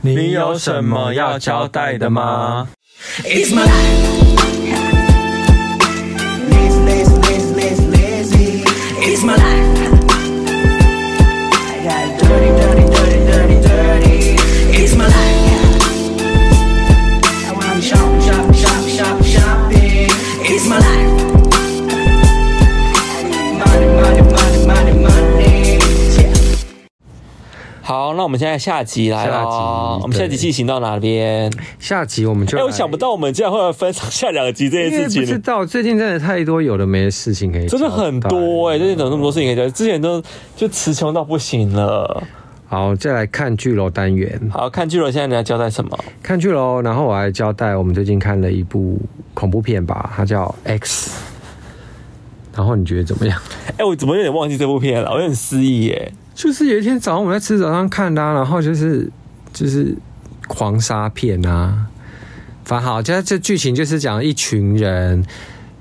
你有什么要交代的吗？ It's my life. Lazy, lazy, lazy, lazy, lazy. It's my life. I got dirty, dirty, dirty, dirty, dirty. It's my life. I wanna shop, shop, shop, shop, shopping. It's my life. I need money, money, money, money, money. Yeah. 好，那我们现在下集来下了集哦，我们下集对进行到哪边？下集我们就哎、来……我想不到我们竟然会分上下两集这因件为事不情知，道最近真的太多有的没的事情可以，真的很多哎、最近怎么那么多事情可以讲？之前都就词穷到不行了。好，再来看剧楼单元，好看剧了，现在你要交代什么？看剧楼，然后我还交代我们最近看了一部恐怖片吧，它叫 X。然后你觉得怎么样？哎、我怎么有点忘记这部片了？我有点失忆耶。就是有一天早上我在吃早餐看的啊、然后就是就是狂杀片啊，反正好，这这剧情就是讲一群人，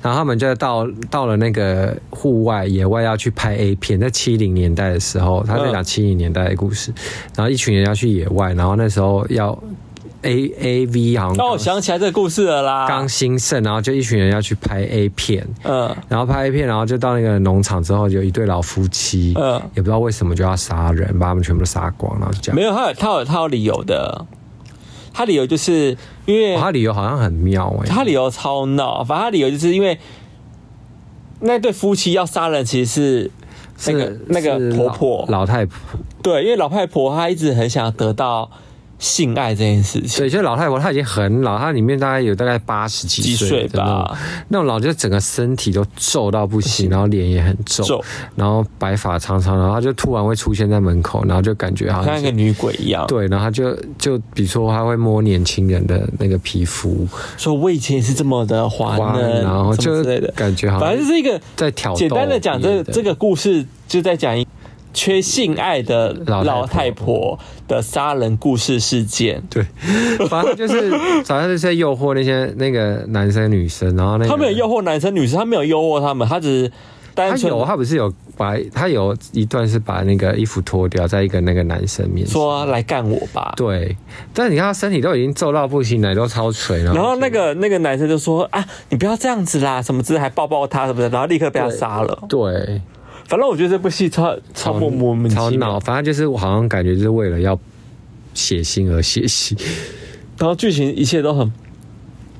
然后他们就到到了那个户外野外要去拍 A 片，在七零年代的时候，他在讲七零年代的故事，然后一群人要去野外，然后那时候要 A A V 好像哦，我刚想起来这个故事了啦。刚兴盛，然后就一群人要去拍 A 片，嗯，然后拍 A 片，然后就到那个农场之后，有一对老夫妻，嗯也不知道为什么就要杀人，把他们全部都杀光，然后就这样。没有，他有他有他有理由的。他理由就是因为哦他理由好像很妙哎、他理由超闹，反正他理由就是因为那对夫妻要杀人，其实是那个是那是个婆婆老老太婆，对，因为老太婆她一直很想得到性爱这件事情。对，就是老太婆，她已经很老，她里面大概有大概八十几几岁岁的那种吧，那种老就整个身体都皱到 不行，然后脸也很皱，皱然后白发苍苍，然后她就突然会出现在门口，然后就感觉好像像一个女鬼一样，对，然后她就就比如说她会摸年轻人的那个皮肤，说我以前也是这么的滑哇嫩，然后什么就之类的，感觉好像反正就是一个在挑逗简单的讲，这别人这个故事就在讲一缺性爱的老太婆老太婆的杀人故事事件。 对，反正就是反正就是在诱惑那些那个男生女生，然后那个他没有诱惑男生女生，他没有诱惑他们，他只是单他纯有他不是有把他有一段是把那个衣服脱掉，在一个那个男生面前说来干我吧。对，但你看他身体都已经皱到不行，奶都超垂了，然后那个那个男生就说啊，你不要这样子啦，什么之类，还抱抱他什么的，然后立刻被他杀了。对。反正我觉得这部戏超超莫莫名超其脑，妙，反正就是我好像感觉就是为了要写信而写信，然后剧情一切都很，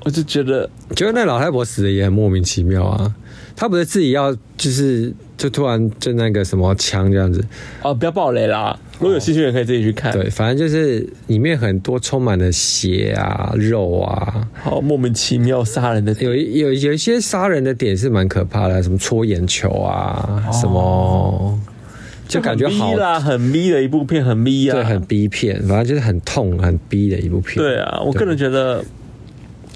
我就觉得觉得那老太婆死的也很莫名其妙啊。她不是自己要，就是就突然就那个什么枪这样子，哦，不要暴雷啦，如果有兴趣的人可以自己去看。对，反正就是里面很多充满了血啊、肉啊，好莫名其妙杀人的有一有有一些杀人的点是蛮可怕的，什么搓眼球啊，什么就感觉好哦很逼啦，很逼的一部片，很逼啊，对，很逼片，反正就是很痛、很逼的一部片。对啊。我个人觉得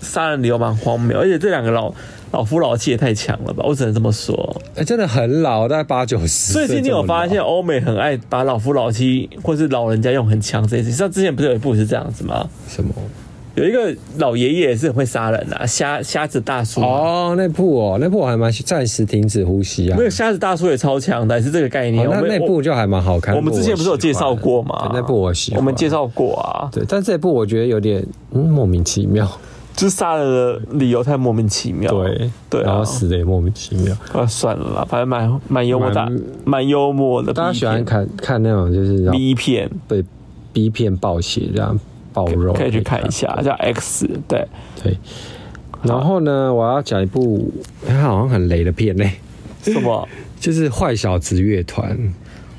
杀人理由蛮荒谬，而且这两个老老夫老妻也太强了吧，我只能这么说。哎，真的很老，大概八九十。最近你有发现？欧美很爱把老夫老妻或是老人家用很强这件事情，像之前不是有一部是这样子吗？什么？有一个老爷爷也是很会杀人啊，瞎瞎子大叔啊。哦，那部哦，那部我还蛮喜暂时停止呼吸啊那。个瞎子大叔也超强的，也是这个概哦念。那我们那部就还蛮好看。我我们之前不是有介绍过吗？吗？对那部我喜欢。我们介绍过啊，对，但这部我觉得有点嗯莫名其妙。就是杀人的理由太莫名其妙。对对然啊后，死的也莫名其妙。啊算了啦，反正蛮蛮幽默的蛮，蛮幽默的。大家 B 喜欢片看看那种就是让 B 片，被逼骗暴血这样暴肉，可以去看一下，叫 X。对，对，然后呢，我要讲一部哎它好像很雷的片嘞、什么？就是坏小子乐团，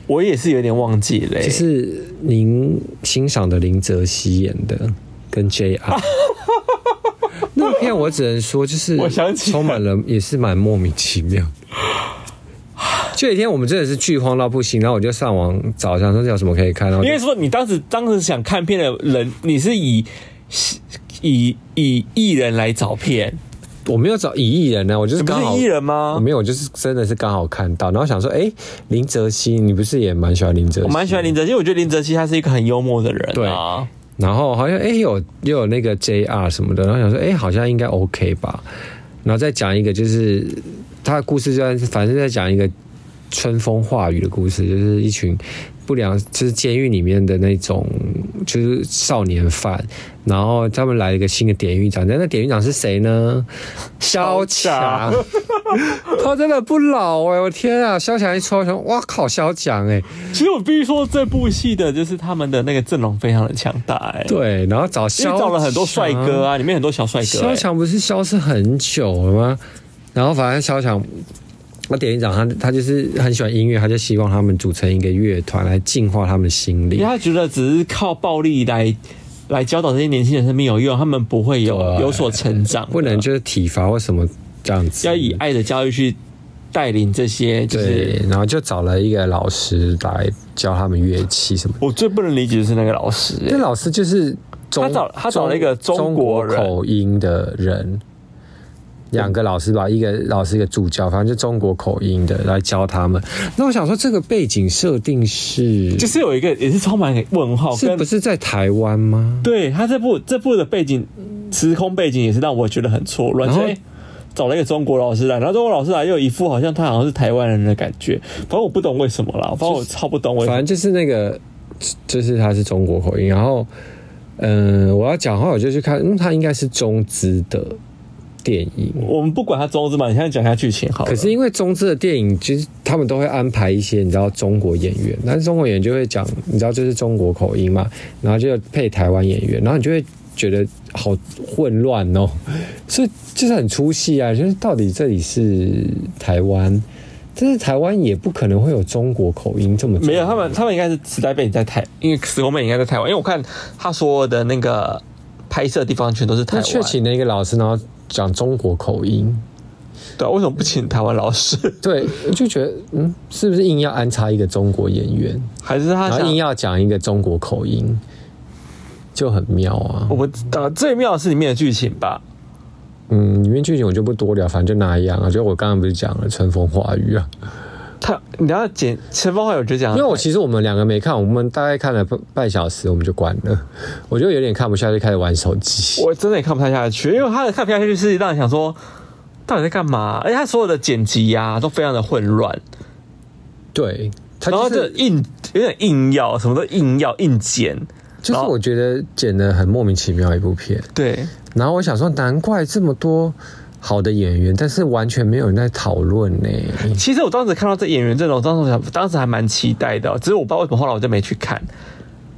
我也是有点忘记嘞。就是您欣赏的林哲熹演的，跟 JR。那个片我只能说，就是我想起来充满了也是蛮莫名其妙。就有一天我们真的是剧荒到不行，然后我就上网找，想说有什么可以看，然后就应该说你当时当时想看片的人，你是以以以艺人来找片，我没有找以艺人呢、啊我就是你不刚好是艺人啊我吗？没有，我就是真的是刚好看到，然后想说，哎、林哲熹，你不是也蛮喜欢林哲熹？我蛮喜欢林哲熹，我觉得林哲熹他是一个很幽默的人啊。然后好像哎、诶有又有那个 JR 什么的，然后想说哎、诶好像应该 OK 吧。然后再讲一个就是他的故事，就在反正在讲一个春风化雨的故事，就是一群不不良，就是监狱里面的那种，就是少年犯。然后他们来了一个新的典狱长，但那典狱长是谁呢？萧强，他真的不老哎、我天啊！萧强一出来，我想，哇靠，萧强哎、其实我必须说，这部戏的就是他们的那个阵容非常的强大、哎，，对，然后找因萧为找了很多帅哥啊，里面很多小帅哥、萧哎强不是消失很久了吗？然后反正萧强，我典狱长他他就是很喜欢音乐，他就希望他们组成一个乐团来净化他们的心因为灵。他觉得只是靠暴力来来教导这些年轻人是没有用，他们不会有对有所成长的，不能就是体罚或什么这样子。要以爱的教育去带领这些，就是对，然后就找了一个老师来教他们乐器什么的。我最不能理解的是那个老师、那哎老师就是中他找他找了一个中中国人口音的人，两个老师吧，一个老师一个助教，反正就中国口音的来教他们。那我想说，这个背景设定是就是有一个也是充满问号，是哦跟不是在台湾吗？对他这部这部的背景时空背景也是让我觉得很错乱，然后所以找了一个中国老师来，然后中国老师来又有一副好像他好像是台湾人的感觉，反正我不懂为什么啦，反正我超不懂为什反么。正就是那个，就是他是中国口音，然后，嗯、我要讲话我就去看，嗯，他应该是中资的电影。我们不管他中资嘛，你现在讲一下剧情好了。可是因为中资的电影，其实他们都会安排一些你知道中国演员，但是中国演员就会讲，你知道就是中国口音嘛，然后就配台湾演员，然后你就会觉得好混乱哦， 所以就是很出戏啊，就是到底这里是台湾，但是台湾也不可能会有中国口音这么重没有，他们他们应该是时代背景在台，因为时空背景应该在台湾，因为我看他说的那个拍摄地方全都是台他湾。却请了一个老师，然后讲中国口音，对啊，为什么不请台湾老师？ 对，我就觉得嗯，是不是硬要安插一个中国演员？还是他然想后硬要讲一个中国口音，就很妙啊我。不知道，最妙的是里面的剧情吧。嗯，里面剧情我就不多聊，反正就那样啊。就我刚刚不是讲了《春风化雨》啊，他你要剪前方后有就讲，因为我其实我们两个没看，我们大概看了半半小时，我们就关 了。我就有点看不下去，开始玩手机。我真的也看不太下去，因为他的看不下去就是让人想说，到底在干嘛？而且他所有的剪辑呀、都非常的混乱，对，他然后就就是硬有点硬要，什么都硬要硬剪，就是然后我觉得剪的很莫名其妙一部片。对，然后我想说，难怪这么多好的演员，但是完全没有人在讨论呢。其实我当时看到这演员阵容，当时还当时还蛮期待的，只是我不知道为什么后来我就没去看。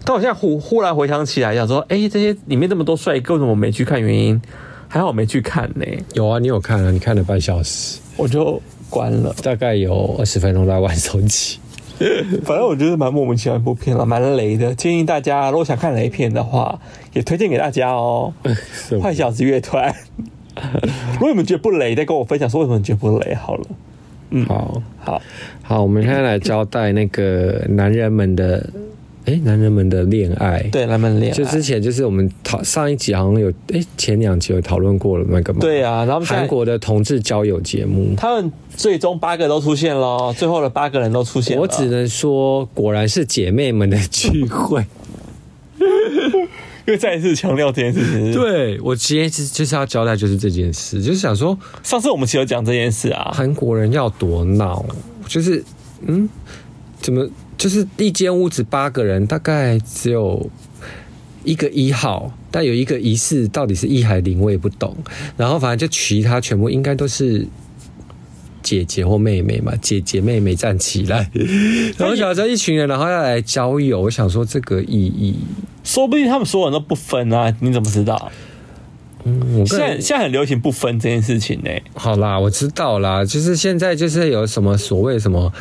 但我现在忽忽然回想起来，想说，哎、这些里面这么多帅哥，为什么我没去看？原因还好我没去看呢、 有啊，你有看啊？你看了半小时，我就关了。大概有二十分钟在玩手机。反正我觉得蛮莫名其妙一部片了，蛮雷的。建议大家如果想看雷片的话，也推荐给大家哦。是吗坏小子乐 团，如果你们觉得不雷，再跟我分享说为什么你觉得不雷好了。嗯好好，好，我们现在来交代那个男人 们的，哎，男人们的恋爱。，对，啊他们恋就之爱，前就是我们讨上一集好像有，哎，前两集有讨论过了那个嘛。对啊，然后他们现在韩国的同志交友节目。他们最终八个都出现喽，最后的八个人都出现了。我只能说，果然是姐妹们的聚 会。又再一次强调这件事情。，对我今天是就是要交代就是这件事，就是想说上次我们其实有讲这件事啊，韩国人要多闹，就是嗯，怎么就是一间屋子八个人，大概只有一个一号，但有一个疑似到底是一还零，我也不懂。然后反正就其他全部应该都是。姐姐或妹妹嘛，姐姐妹妹站起 来，然后想着一群人，然后要来交友，我想说这个意义，说不定他们所有人都不分啊，你怎么知道？嗯我个现人在现在很流行不分这件事情呢、好啦，我知道啦，就是现在就是有什么所谓什么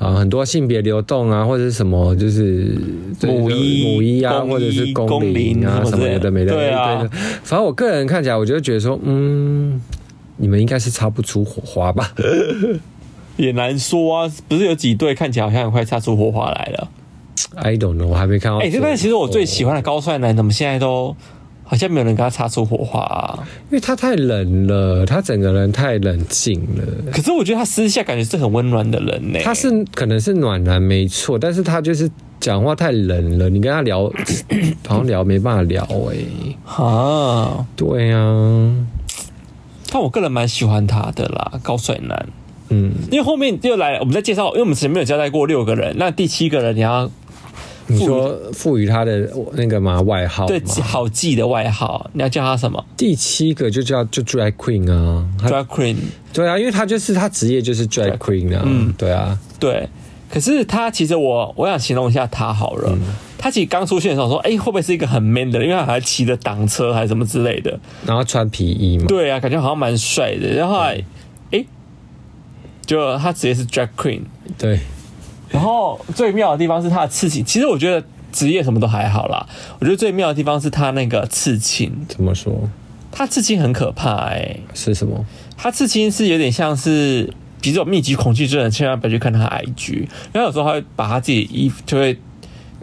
啊，很多性别流动啊，或者是什么就是母一母一啊，公一或者是公龄龄啊什么什么有之类的的没的，对啊一堆的反正我个人看起来，我就觉得说，嗯，你们应该是擦不出火花吧？ 也难说啊。不是有几对看起来好像很快擦出火花来了？ I don't know，我还没看到哎、最后。这但其实我最喜欢的高帅男，怎么现在都好像没有人跟他擦出火花啊？因为他太冷了，他整个人太冷静了。可是我觉得他私下感觉是很温暖的人呢、他是可能是暖男没错，但是他就是讲话太冷了，你跟他聊 好像聊没办法聊哎、啊，对啊。但我个人蛮喜欢他的啦，高帅男。嗯，因为后面又来了，我们在介绍，因为我们前面有交代过六个人，那第七个人你要你说赋予他的那个嘛外号对嘛，好记的外号，你要叫他什么第七个就叫就 drag queen 啊，他？Drag Queen。对啊，因为他就是他职业就是 drag queen 啊，嗯对啊，对，可是他其实我我想形容一下他好了。他其实刚出现的时候说，哎、会不会是一个很 man 的人？因为他还骑着挡车还是什么之类的。然后穿皮衣嘛，对啊，感觉好像蛮帅的。然后后来，哎、就他直接是 drag queen。对，然后最妙的地方是他的刺青，其实我觉得职业什么都还好啦。我觉得最妙的地方是他那个刺青，怎么说他刺青很可怕哎、是什么？他刺青是有点像是，比如这种密集恐惧症的人，千万不要去看他的 IG，因为有时候他会把他自己的衣服就会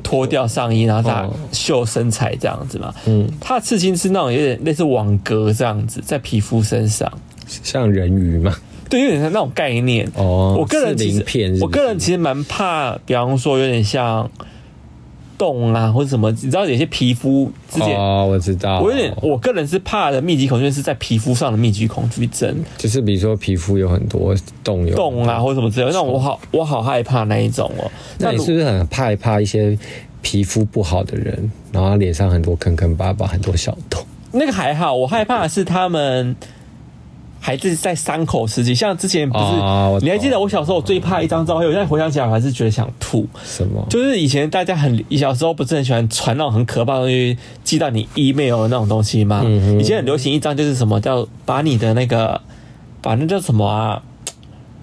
脱掉上衣，然后大哦秀身材这样子嘛。嗯，他的刺青是那种有点类似网格这样子，在皮肤身上，像人鱼嘛？对，有点像那种概念。哦，我个人是其鳞实，片是不是我个人其实蛮怕，比方说有点像洞啊，或者什么，你知道有些皮肤之前。哦，我知道，我有点，我个人是怕的密集恐惧症是在皮肤上的密集恐惧症，就是比如说皮肤有很多洞有洞啊，或者什么之类的，那我好我好害怕那一种哦。嗯那你如是不是很害怕一些皮肤不好的人，然后他脸上很多坑坑巴巴，很多小洞？那个还好，我害怕的是他们还是在伤口时期，像之前不是，哦我懂你还记得我小时候我最怕一张照片，我现在回想起来我还是觉得想吐。什么？就是以前大家很小时候不是很喜欢传那种很可怕的东西寄到你 email 的那种东西吗？嗯哼以前很流行一张就是什么叫把你的那个把那叫什么啊，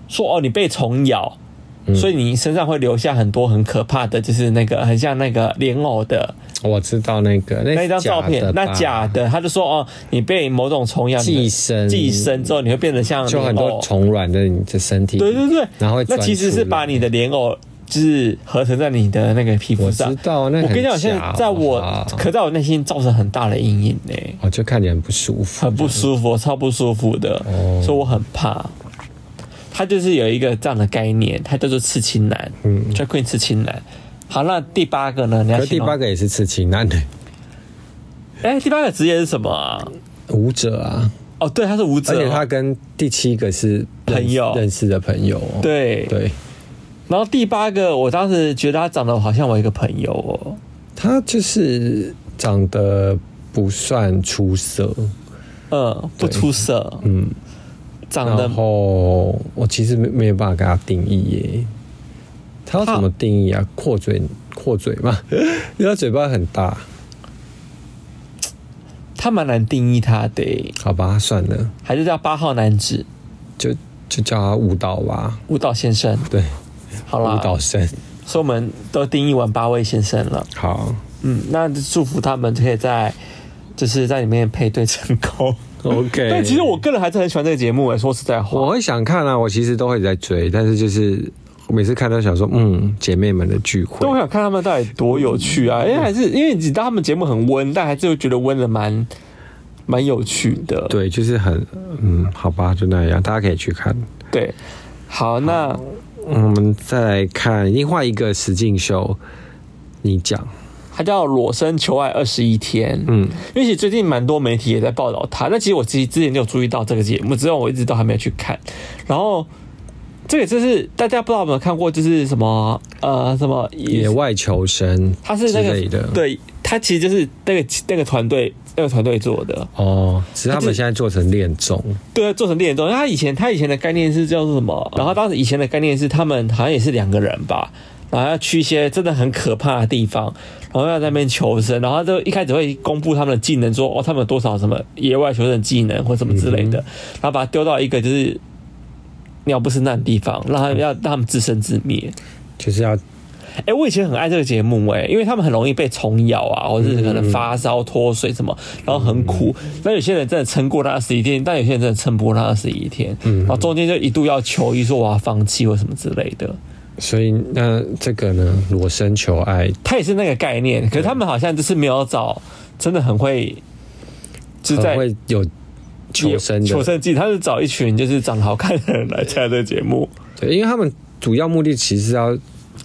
说哦你被虫咬，嗯所以你身上会留下很多很可怕的，就是那个很像那个莲藕的我知道那个那那是一张照片哎的，吧那假的，他就说哦你被某种虫咬寄生寄生之后你会变得像就莲很多藕虫卵在你的身体，对对对，然后会那钻其实出是来把你的莲藕就是合成在你的那个皮肤上。我知道那我很跟你讲，现假在好不在我好可在我内心造成很大的阴影呢、欸哦，就看起来很不舒服，很不舒服，超不舒服的，嗯哦所以我很怕。他就是有一个这样的概念，他叫做刺青男，嗯，drag queen 刺青男。好，那第八个呢？你要可是第形容八，个也是刺青 男的哎、第八个职业是什么啊？舞者啊，哦，对，他是舞者而哦，且他跟第七个是认识朋友认识的朋友、哦，对对，然后第八个，我当时觉得他长得好像我一个朋友哦，他就是长得不算出色，嗯，不出色，嗯，长得然后我其实没没有办法给他定义耶，他要他怎么定义啊？阔嘴阔嘴嘛， 因为他嘴巴很大，他蛮难定义他的欸，好吧，算了，还是叫八号男子就就叫他舞蹈吧，舞蹈先生。对，好舞啦，蹈生，所以我们都定义完八位先生了。好，嗯，那就祝福他们可以在就是在里面配对成功。 OK 对，其实我个人还是很喜欢这个节目哎诶，说实在话，我会想看啊，我其实都会在追，但是就是每次看都想说，嗯，姐妹们的聚会都很想看他们到底多有趣啊！因为还是因为你知道他们节目很温，但还是会觉得温的蛮蛮有趣的。对，就是很，嗯，好吧，就那样，大家可以去看。对，好，那嗯我们再来看另外一个实境秀，你讲，他叫裸身求爱二十一天，嗯，因为其实最近蛮多媒体也在报道他。那其实我自己之前就有注意到这个节目，只是我一直都还没有去看。然后这个就是大家不知道有没有看过，就是什么呃什么野外求生，他是之那类个的，，对，他其实就是那个那个团队那个团队做的，哦，只是他它们是现在做成恋综，对，做成恋综。因为他以前他以前的概念是叫做什么？然后当时以前的概念是他们好像也是两个人吧，然后要去一些真的很可怕的地方，然后要在那边求生，然后就一开始会公布他们的技能说哦他们有多少什么野外求生技能或什么之类的，然后把他丢到一个就是鸟不生蛋的地方，让他要让他们自生自灭。就是要哎、我以前很爱这个节目哎、因为他们很容易被虫咬啊，或者是可嗯能发烧、脱水什么，然后很苦。那有些人真的撑过那二十一天，但有些人真的撑不过那二十一天，嗯然后中间就一度要求医说我要放弃或什么之类的。所以那这个呢，裸身求爱，他也是那个概念，可是他们好像就是没有找真的很会，就是在很会有求生求的，生技，他是找一群就是长得好看的人来参加这个节目。对，因为他们主要目的其实是要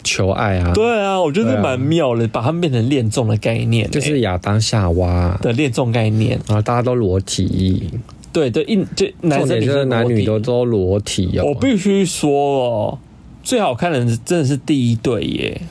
求爱啊，，对啊，我觉得对啊蛮妙的，把他们变成恋综的概念、就哎是亚当夏娃，的恋综概念。然后大家都裸体，对对，一就男重生点女就是生男裸女体都都裸体哦，我必须说哦，最好看的人真的是第一对耶，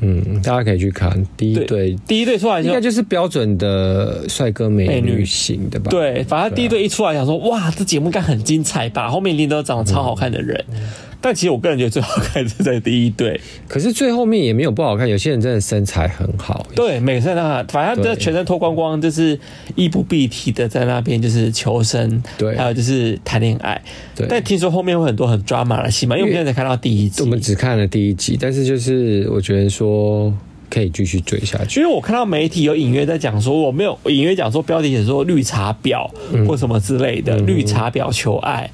嗯，大家可以去看第一对对，第一队出来就应该就是标准的帅哥美美女女型的吧？对，反正第一对啊队一出来，想说哇，这节目应该很精彩吧？后面一定都长得超好看的人，嗯但其实我个人觉得最好看的是在第一队。可是最后面也没有不好看，有些人真的身材很好。对，每个人在那，反正对这全身脱光光，就是衣不蔽体的在那边就是求生，对还有就是谈恋爱。对但听说后面会很多很抓马的戏嘛，因为我们现在才看到第一集我。们只看了第一集，但是就是我觉得说可以继续追下去。因为我看到媒体有隐约在讲说，我没有我隐约讲说标题写说绿茶婊嗯或什么之类的，绿茶婊求爱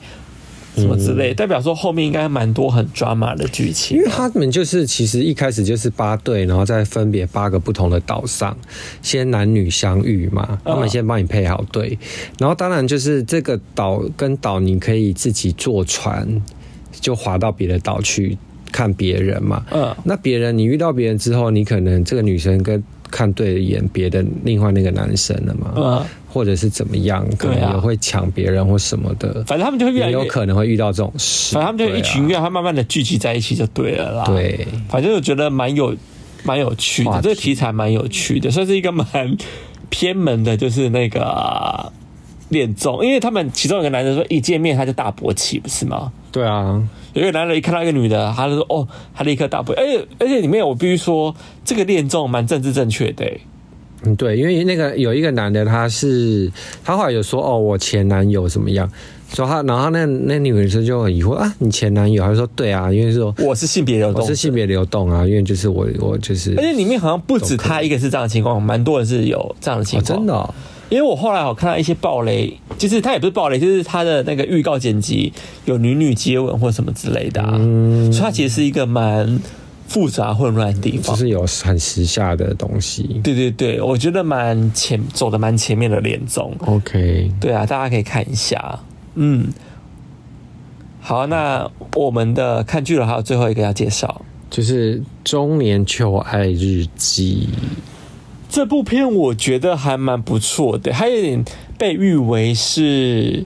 什么之类，代表说后面应该蛮多很抓马的剧情嗯因。为他们就是其实一开始就是八队，然后再分别八个不同的岛上，先男女相遇嘛，啊他们先帮你配好队，然后当然就是这个岛跟岛你可以自己坐船，就划到别的岛去看别人嘛。嗯那别人你遇到别人之后，你可能这个女生跟看对眼别的另外那个男生了嘛，嗯，或者是怎么样，可对能啊也会抢别人或什么的，反正他们就会越来也越，有反可能会遇到这种事。正他们就对啊一群啊越来越慢慢的聚集在一起就对了啦。，对。啊反正我觉得蛮有蛮有趣话的，题这个题材蛮有趣的，算是一个蛮偏门的，就是那个恋综，因为他们其中有个男的说一见面他就大勃起，不是吗？对啊，有一个男人一看到一个女的，他就说：“哦，他立刻大不。”而且而且里面我必须说，这个恋综蛮政治正确的、欸嗯，对，因为那个有一个男的，他是他后来有说哦，我前男友怎么样，说他，然后那那女生就很疑惑啊，你前男友？他就说对啊，因为说我是性别流我动哎是，性别流动啊，因为就是我我就是而且里面好像不止他一个是这样的情况，蛮多人是有这样的情哦，况、真的、哦，因为我后来我看到一些暴雷，就是他也不是暴雷，就是他的那个预告剪辑有女女接吻或什么之类的、啊，所以它其实是一个蛮复杂混乱的地就方。是有很时下的东西。对对对，我觉得蛮前走的蛮前面的恋综， OK，对啊，大家可以看一下。嗯，好，那我们的看剧了，还有最后一个要介绍就是中年求爱日记，这部片，我觉得还蛮不错的，它有点被誉为是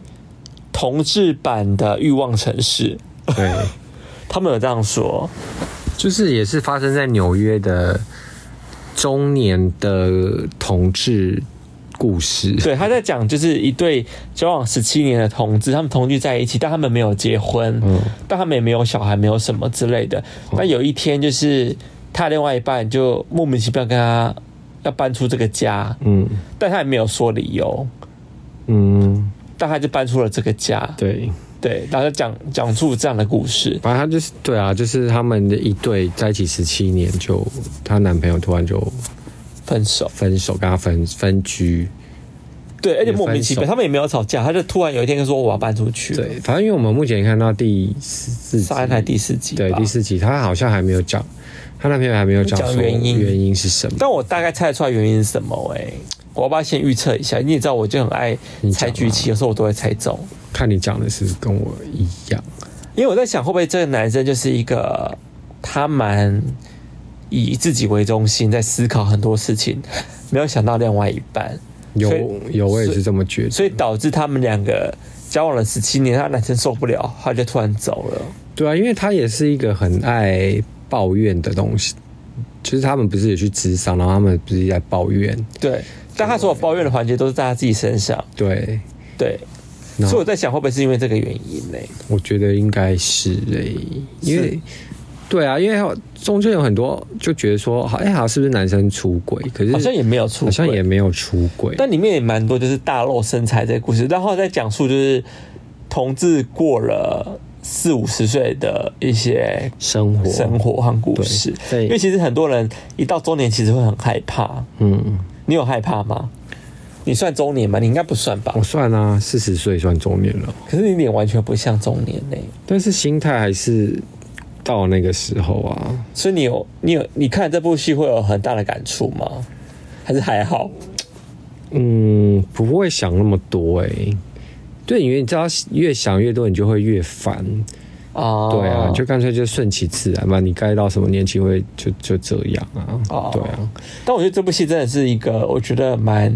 同志版的《欲望城市》，对， 他们有这样说。就是也是发生在纽约的中年的同志故事。 对，他在讲就是一对交往十七年的同志，他们同居在一起，但他们没有结婚，嗯但他们也没有小孩，没有什么之类的。那有一天，就是他的另外一半就莫名其妙跟他要搬出这个家，嗯但他也没有说理由，嗯，但他就搬出了这个家，对。对，然后就讲讲述这样的故事。反正他就是对啊，就是他们的一对在一起十七年就，她男朋友突然就分手，分手，跟她分分居。对，而且莫名其妙，分手他们也没有吵架，他就突然有一天就说哦我要搬出去，，对，反正因为我们目前看到第四集，上一台第四集，对第。四集，她好像还没有讲，她男朋友还没有讲讲说原因原因是什么。但我大概猜得出来原因是什么、欸？我要不要先预测一下？你也知道，我就很爱你讲猜啊剧情，有时候我都会猜中。看你讲的是跟我一样，因为我在想，会不会这个男生就是一个他蛮以自己为中心，在思考很多事情，没有想到另外一半，有所以有我也是这么觉得。所以导致他们两个交往了十七年，那男生受不了，他就突然走了。对啊，因为她也是一个很爱抱怨的东西。就是他们不是也去职场，然后他们不是也在抱怨，对，但他所有抱怨的环节都是在他自己身上。对，对，然所以后我在想，会不会是因为这个原因呢、我觉得应该是诶、因为是对啊，因为中间有很多就觉得说，好，哎、好像是不是男生出轨？可是好像也没有出轨，好像也没有出轨，但里面也蛮多就是大露身材这个故事，然后再讲述就是同志过了四五十岁的一些生活，生活和故事。对对因为其实很多人一到中年其实会很害怕，嗯，你有害怕吗？你算中年吗？你应该不算吧我？算啊，四十岁算中年了，可是你脸完全不像中年呢、但是心态还是到那个时候啊，所以你有你有你看这部戏会有很大的感触吗？还是还好？嗯，不会想那么多诶、对，因为你知道，越想越多，你就会越烦。啊，对啊，就干脆就顺其自然吧。你该到什么年纪会就就这样啊？哦对啊，但我觉得这部戏真的是一个我觉得蛮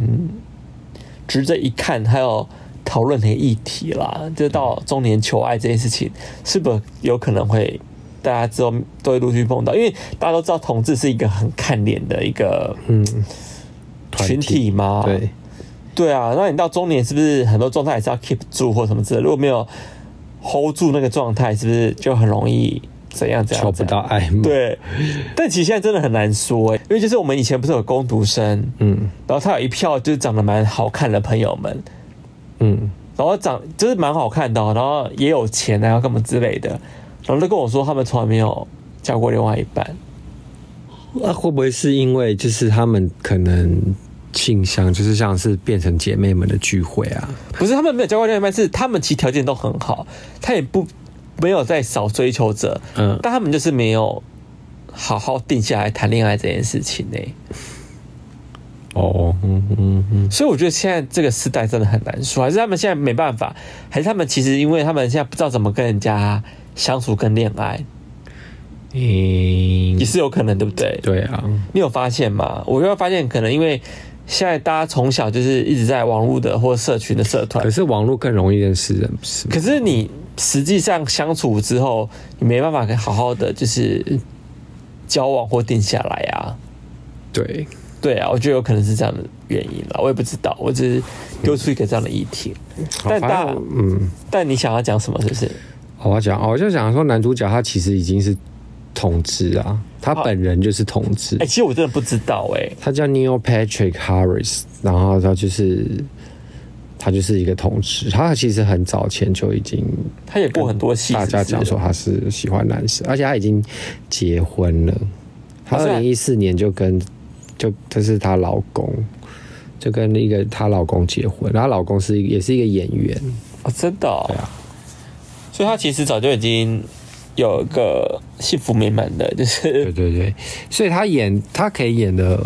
值得一看，还有讨论的议题啦。就到中年求爱这件事情，是不是有可能会大家之后都会陆续碰到，因为大家都知道同志是一个很看脸的一个嗯团群体嘛，对，对啊，那你到中年是不是很多状态还是要 keep 住或什么之类的？如果没有 hold 住那个状态，是不是就很容易怎样怎样？求不到爱慕，，对，但其实现在真的很难说、欸，因为就是我们以前不是有攻读生，嗯然后他有一票就是长得蛮好看的朋友们，嗯，然后长就是蛮好看的哦、然后也有钱啊，干嘛之类的，然后就跟我说他们从来没有交过另外一半，那、啊会不会是因为就是他们可能倾向就是像是变成姐妹们的聚会啊？不是他们没有交过另外一半，是他们其实条件都很好，他也不没有在少追求者，嗯但他们就是没有好好定下来谈恋爱这件事情欸呢、哦，嗯嗯嗯，所以我觉得现在这个时代真的很难说，还是他们现在没办法，还是他们其实因为他们现在不知道怎么跟人家相处跟恋爱，诶、也是有可能，对不对？对啊，你有发现吗？我又发现可能因为现在大家从小就是一直在网络的或社群的社团可，是网络更容易认识人，不是吗？可是你实际上相处之后，你没办法好好的就是嗯交往或定下来啊。对，对啊，我觉得有可能是这样的原因啦，我也不知道，我只是丢出一个这样的议题。但好大反，正嗯，但你想要讲什么？是不是？好我要讲，哦我就想说男主角他其实已经是同志啊，他本人就是同志。哎、其实我真的不知道哎、他叫 Neil Patrick Harris，然后他就是他就是一个同志，他其实很早前就已经他也过很多戏，大家是不讲是说他是喜欢男生，而且他已经结婚了，他哦二是啊零一四年就跟就这是她老公。就跟一个她老公结婚，然后她老公是一个也是一个演员，哦，真的、哦，对啊所以他其实早就已经有一个幸福美满的，就是对对对，所以他演他可以演的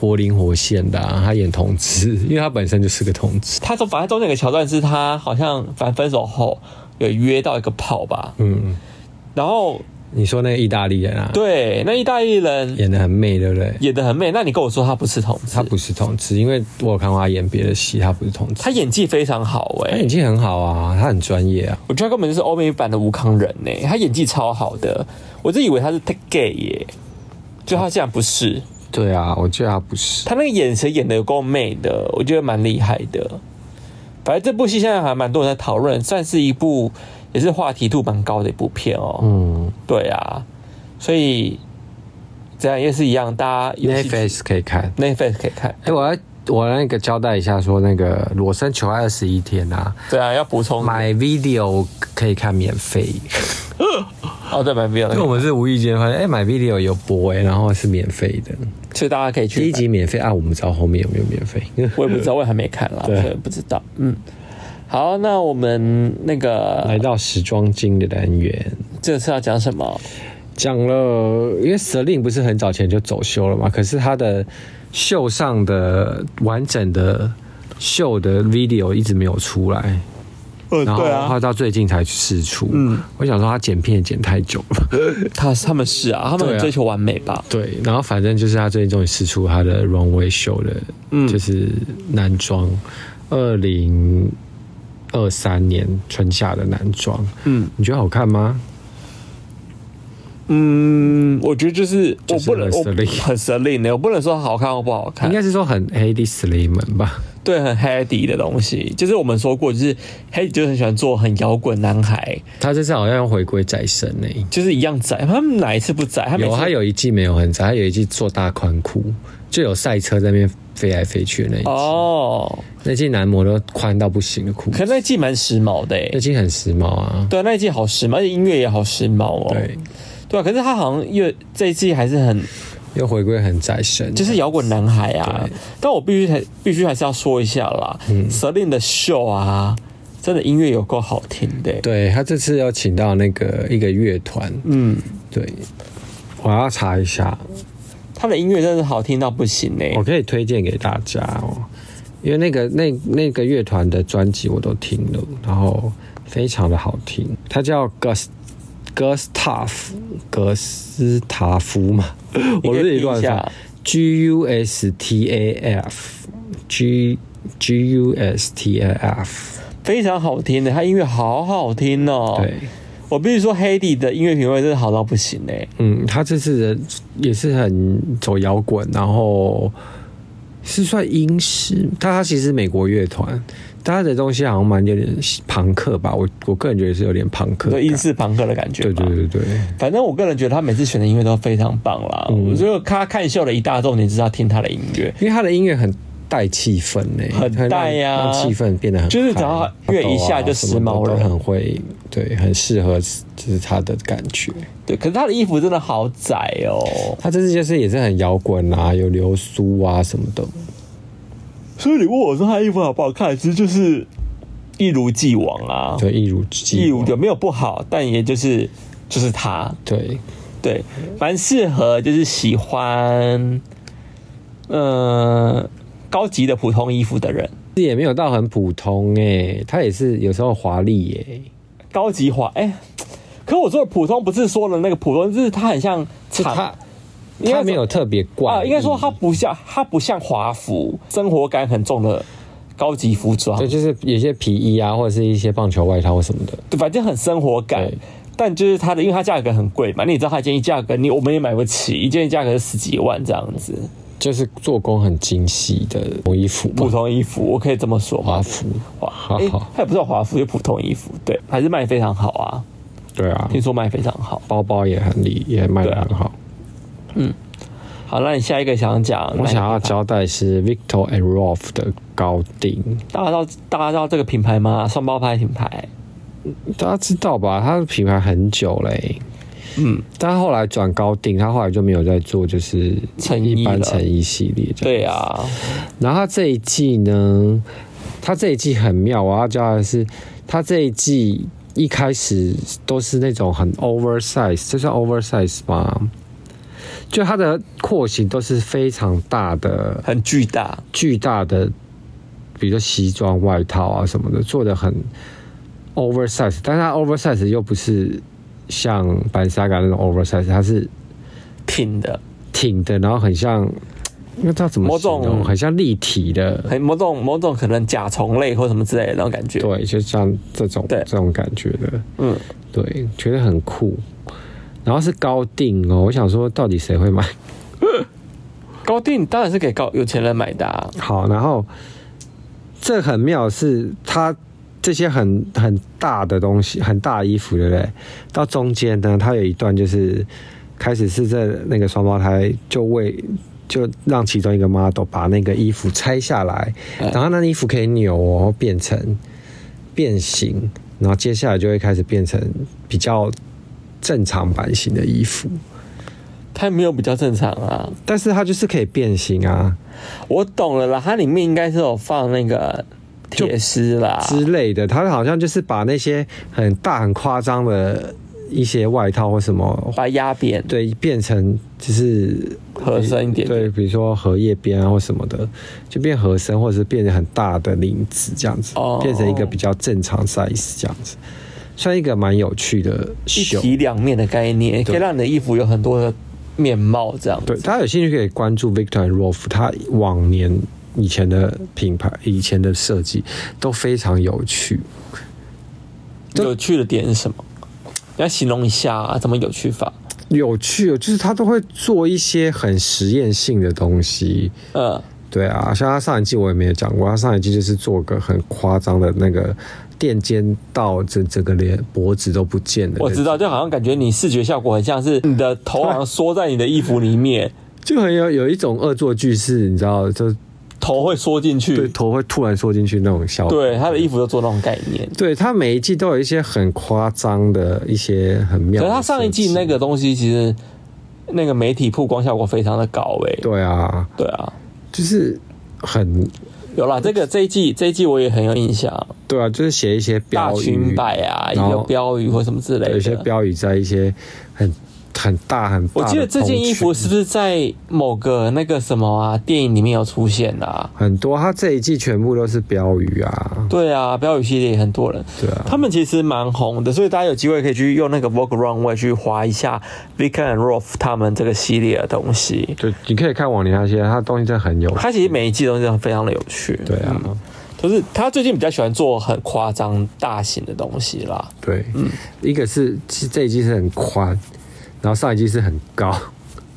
活灵活现的、啊，他演同志，因为他本身就是个同志， 他中反正中间有个桥段是他好像反正分手后有约到一个跑吧，嗯，然后你说那个意大利人啊，对那意大利人演的很媚，对不对？演的很美，那你跟我说他不是同志，他不是同志，因为我有看过他演别的戏，他不是同志。他演技非常好哎、他演技很好啊，他很专业啊。我觉得他根本就是欧美版的吴康仁呢、他演技超好的，我真以为他是 gay 耶、就他竟然不是，对啊，我觉得他不是。他那个眼神演的有够媚的，我觉得蛮厉害的。反正这部戏现在还蛮多人在讨论，算是一部也是话题度蛮高的一部片哦。嗯对啊，所以这样也是一样，大家有兴趣，Netflix 可以看。 Netflix 可以看。哎、我要我那个交代一下，说那个《裸身求爱二十一天》啊对啊，要补充，My Video 可以看免费，哦，对，买 v i 因为我们是无意间发现，哎、m y Video 有播哎、然后是免费的，所以大家可以去第一买集免费啊，我们不知道后面有没有免费。我也不知道，我也还没看啦，所对以不知道。嗯，好，那我们那来个到时装精的单元，这次要讲什么？讲了，因为 Celine 不是很早前就走秀了嘛，可是她的秀上的完整的秀的 video 一直没有出来， 呃然后她，到最近才试出。啊嗯，我想说她剪片也剪太久了，他他们是啊，他们对很啊追求完美吧？ 对。然后反正就是她最近终于试出她的 runway 秀的，就是男装，二零二三年春夏的男装。嗯，你觉得好看吗？嗯，我觉得就是我就是不能，很我 slim 很 slim 的，我不能说好看或不好看应，该是说很 Hedy Slim 吧。对，很 heady 的东西，就是我们说过，就是 heady 就是很喜欢做很摇滚男孩，他这次好像要回归再生呢、就是一样窄，他们哪一次不窄？他每有啊次他有一季没有很窄，他有一季做大宽裤，就有赛车在那边飞来飞去的那一季。哦，那季男模都宽到不行的裤 可子，那一季蛮时髦的那诶。季很时髦啊。对，那一季好时髦，而且音乐也好时髦哦。对，对啊，可是他好像又这一季还是很又回归很再生，就是摇滚男孩啊对。嗯但我必须还必须还是要说一下啦，Selin 的秀啊，真的音乐有够好听的。欸对他这次要请到那个一个乐团，嗯，对，我要查一下，他的音乐真的是好听到不行欸呢。我可以推荐给大家哦，因为那个那那个乐团的专辑我都听了，然后非常的好听。它叫 Gus Gustav 格斯塔 夫嘛，我自你可以拼己乱一翻下，G U S T A F G G U S T A F，非常好听的，他音乐好好听哦。对，我必须说 h a d y 的音乐品味真的好到不行哎、嗯，他这次的也是很走摇滚，然后是算英式，但他其实是美国乐团，但他的东西好像蛮有点朋克吧，我我个人觉得是有点朋克就感，英式朋克的感觉。对对，对对，反正我个人觉得他每次选的音乐都非常棒啦。我觉得他看秀的一大重点就是要听他的音乐，因为他的音乐很带气氛呢、很让带呀让气氛变得很就是嗨只要乐一下就时髦了什么都很会对，很适合就是他的感觉。对，可是他的衣服真的好窄哦。他这次就是也是很摇滚啊，有流苏啊什么的，哦所以你问我说他衣服好不好看，其实就是一如既往啊，对，一如既一如往就没有不好，但也就是就是他，对，对，蛮适合就是喜欢，呃，高级的普通衣服的人，这也没有到很普通哎、他也是有时候华丽耶，高级华哎、可我说的普通不是说的那个普通，就是他很像就长，他应该他说没有特别怪嗯啊，异应该说他不像他不像华服，生活感很重的高级服装对，，就是有些皮衣啊，或者是一些棒球外套或什么的，对反正很生活感对。但就是它的，因为它价格很贵嘛，你也知道它一件衣价格，你我们也买不起，一件衣价格是十几万这样子。就是做工很精细的衣服吧，普通衣服，我可以这么说吧华，服，华，哎、好它也不叫华服，就普通衣服，对，还是卖得非常好啊，对啊，听说卖得非常好。包包也很厉，也卖对得啊很好。好，那你下一个想讲哪一个？我想要交代是 Victor and Rolf 的高定，大家知道大家知道这个品牌吗？双胞胎品牌，大家知道吧？它的品牌很久嘞、嗯，但后来转高定，它后来就没有再做就是成衣一般了成衣系列这样。对啊，然后他这一季呢，他这一季很妙，我要教的是，他这一季一开始都是那种很 oversize，这叫 oversize 吧？就它的廓形都是非常大的、很巨大，巨大的，比如说西装外套啊什么的，做的很 oversize，但是它 oversize 又不是像班萨嘎那种 oversize，它是挺的，挺的，然后很像，那它怎么某形种容？很像立体的，很某种某种可能甲虫类或什么之类的那种感觉。，对，就像这种对这种感觉的，嗯，对，觉得很酷。然后是高定哦，我想说到底谁会买？高定当然是给高有钱人买的、啊，好，然后这很妙的是它这些很很大的东西，很大的衣服，对不对？到中间呢，它有一段就是开始是这那个双胞胎就为就让其中一个 model 把那个衣服拆下来，然后那衣服可以扭哦，变成变形，然后接下来就会开始变成比较正常版型的衣服，它没有比较正常啊。但是它就是可以变形啊。我懂了啦，它里面应该是有放那个铁丝啦，之类的，他好像就是把那些很大很夸张的一些外套或什么，把它压扁，对，变成就是合身一点对，比如说荷叶边啊或什么的，就变合身，或者是变成很大的领子这样子，哦变成一个比较正常 size 这样子，算一个蛮有趣的一秀。体两面的概念，可以让你的衣服有很多的面貌这样。对，大家有兴趣可以关注 Victor and Rolf，他往年以前的品牌、以前的设计都非常有趣。有趣的点是什么？你要形容一下、啊、怎么有趣法？有趣哦，就是他都会做一些很实验性的东西。嗯，对啊，像他上一季我也没有讲过，他上一季就是做个很夸张的那个垫肩到整整个连脖子都不见了。我知道，就好像感觉你视觉效果很像是你的头好像缩在你的衣服里 面，就很有有一种恶作剧是，你知道，就头会缩进对去。头会突然缩进去那种效果。对，他的衣服就做那种概念。对，他每一季都有一些很夸张的一些很妙可的设计。是他上一季那个东西，其实那个媒体曝光效果非常的高诶、对啊，对啊，就是很有啦，这个这一季这一季我也很有印象，对啊，就是写一些大标裙语摆啊，然后有标语或什么之类有一些的。标语在一些很很大很大我的记得这件衣服棚是不是在某个那个什么啊电影里面有出现啊？群很多，它这一季全部都是标语啊，对啊，标语系列也很多人，对啊他们其实蛮红的，所以大家有机会可以去用那个 Vogue Runway 去划一下 Vick and Rolf 他们这个系列的东西。就你可以看往年那些，它东西真的很有趣，它其实每一季都是非常的有趣。对啊，就是他最近比较喜欢做很夸张大型的东西啦。对，一个是其这一季是很宽，然后上一季是很高，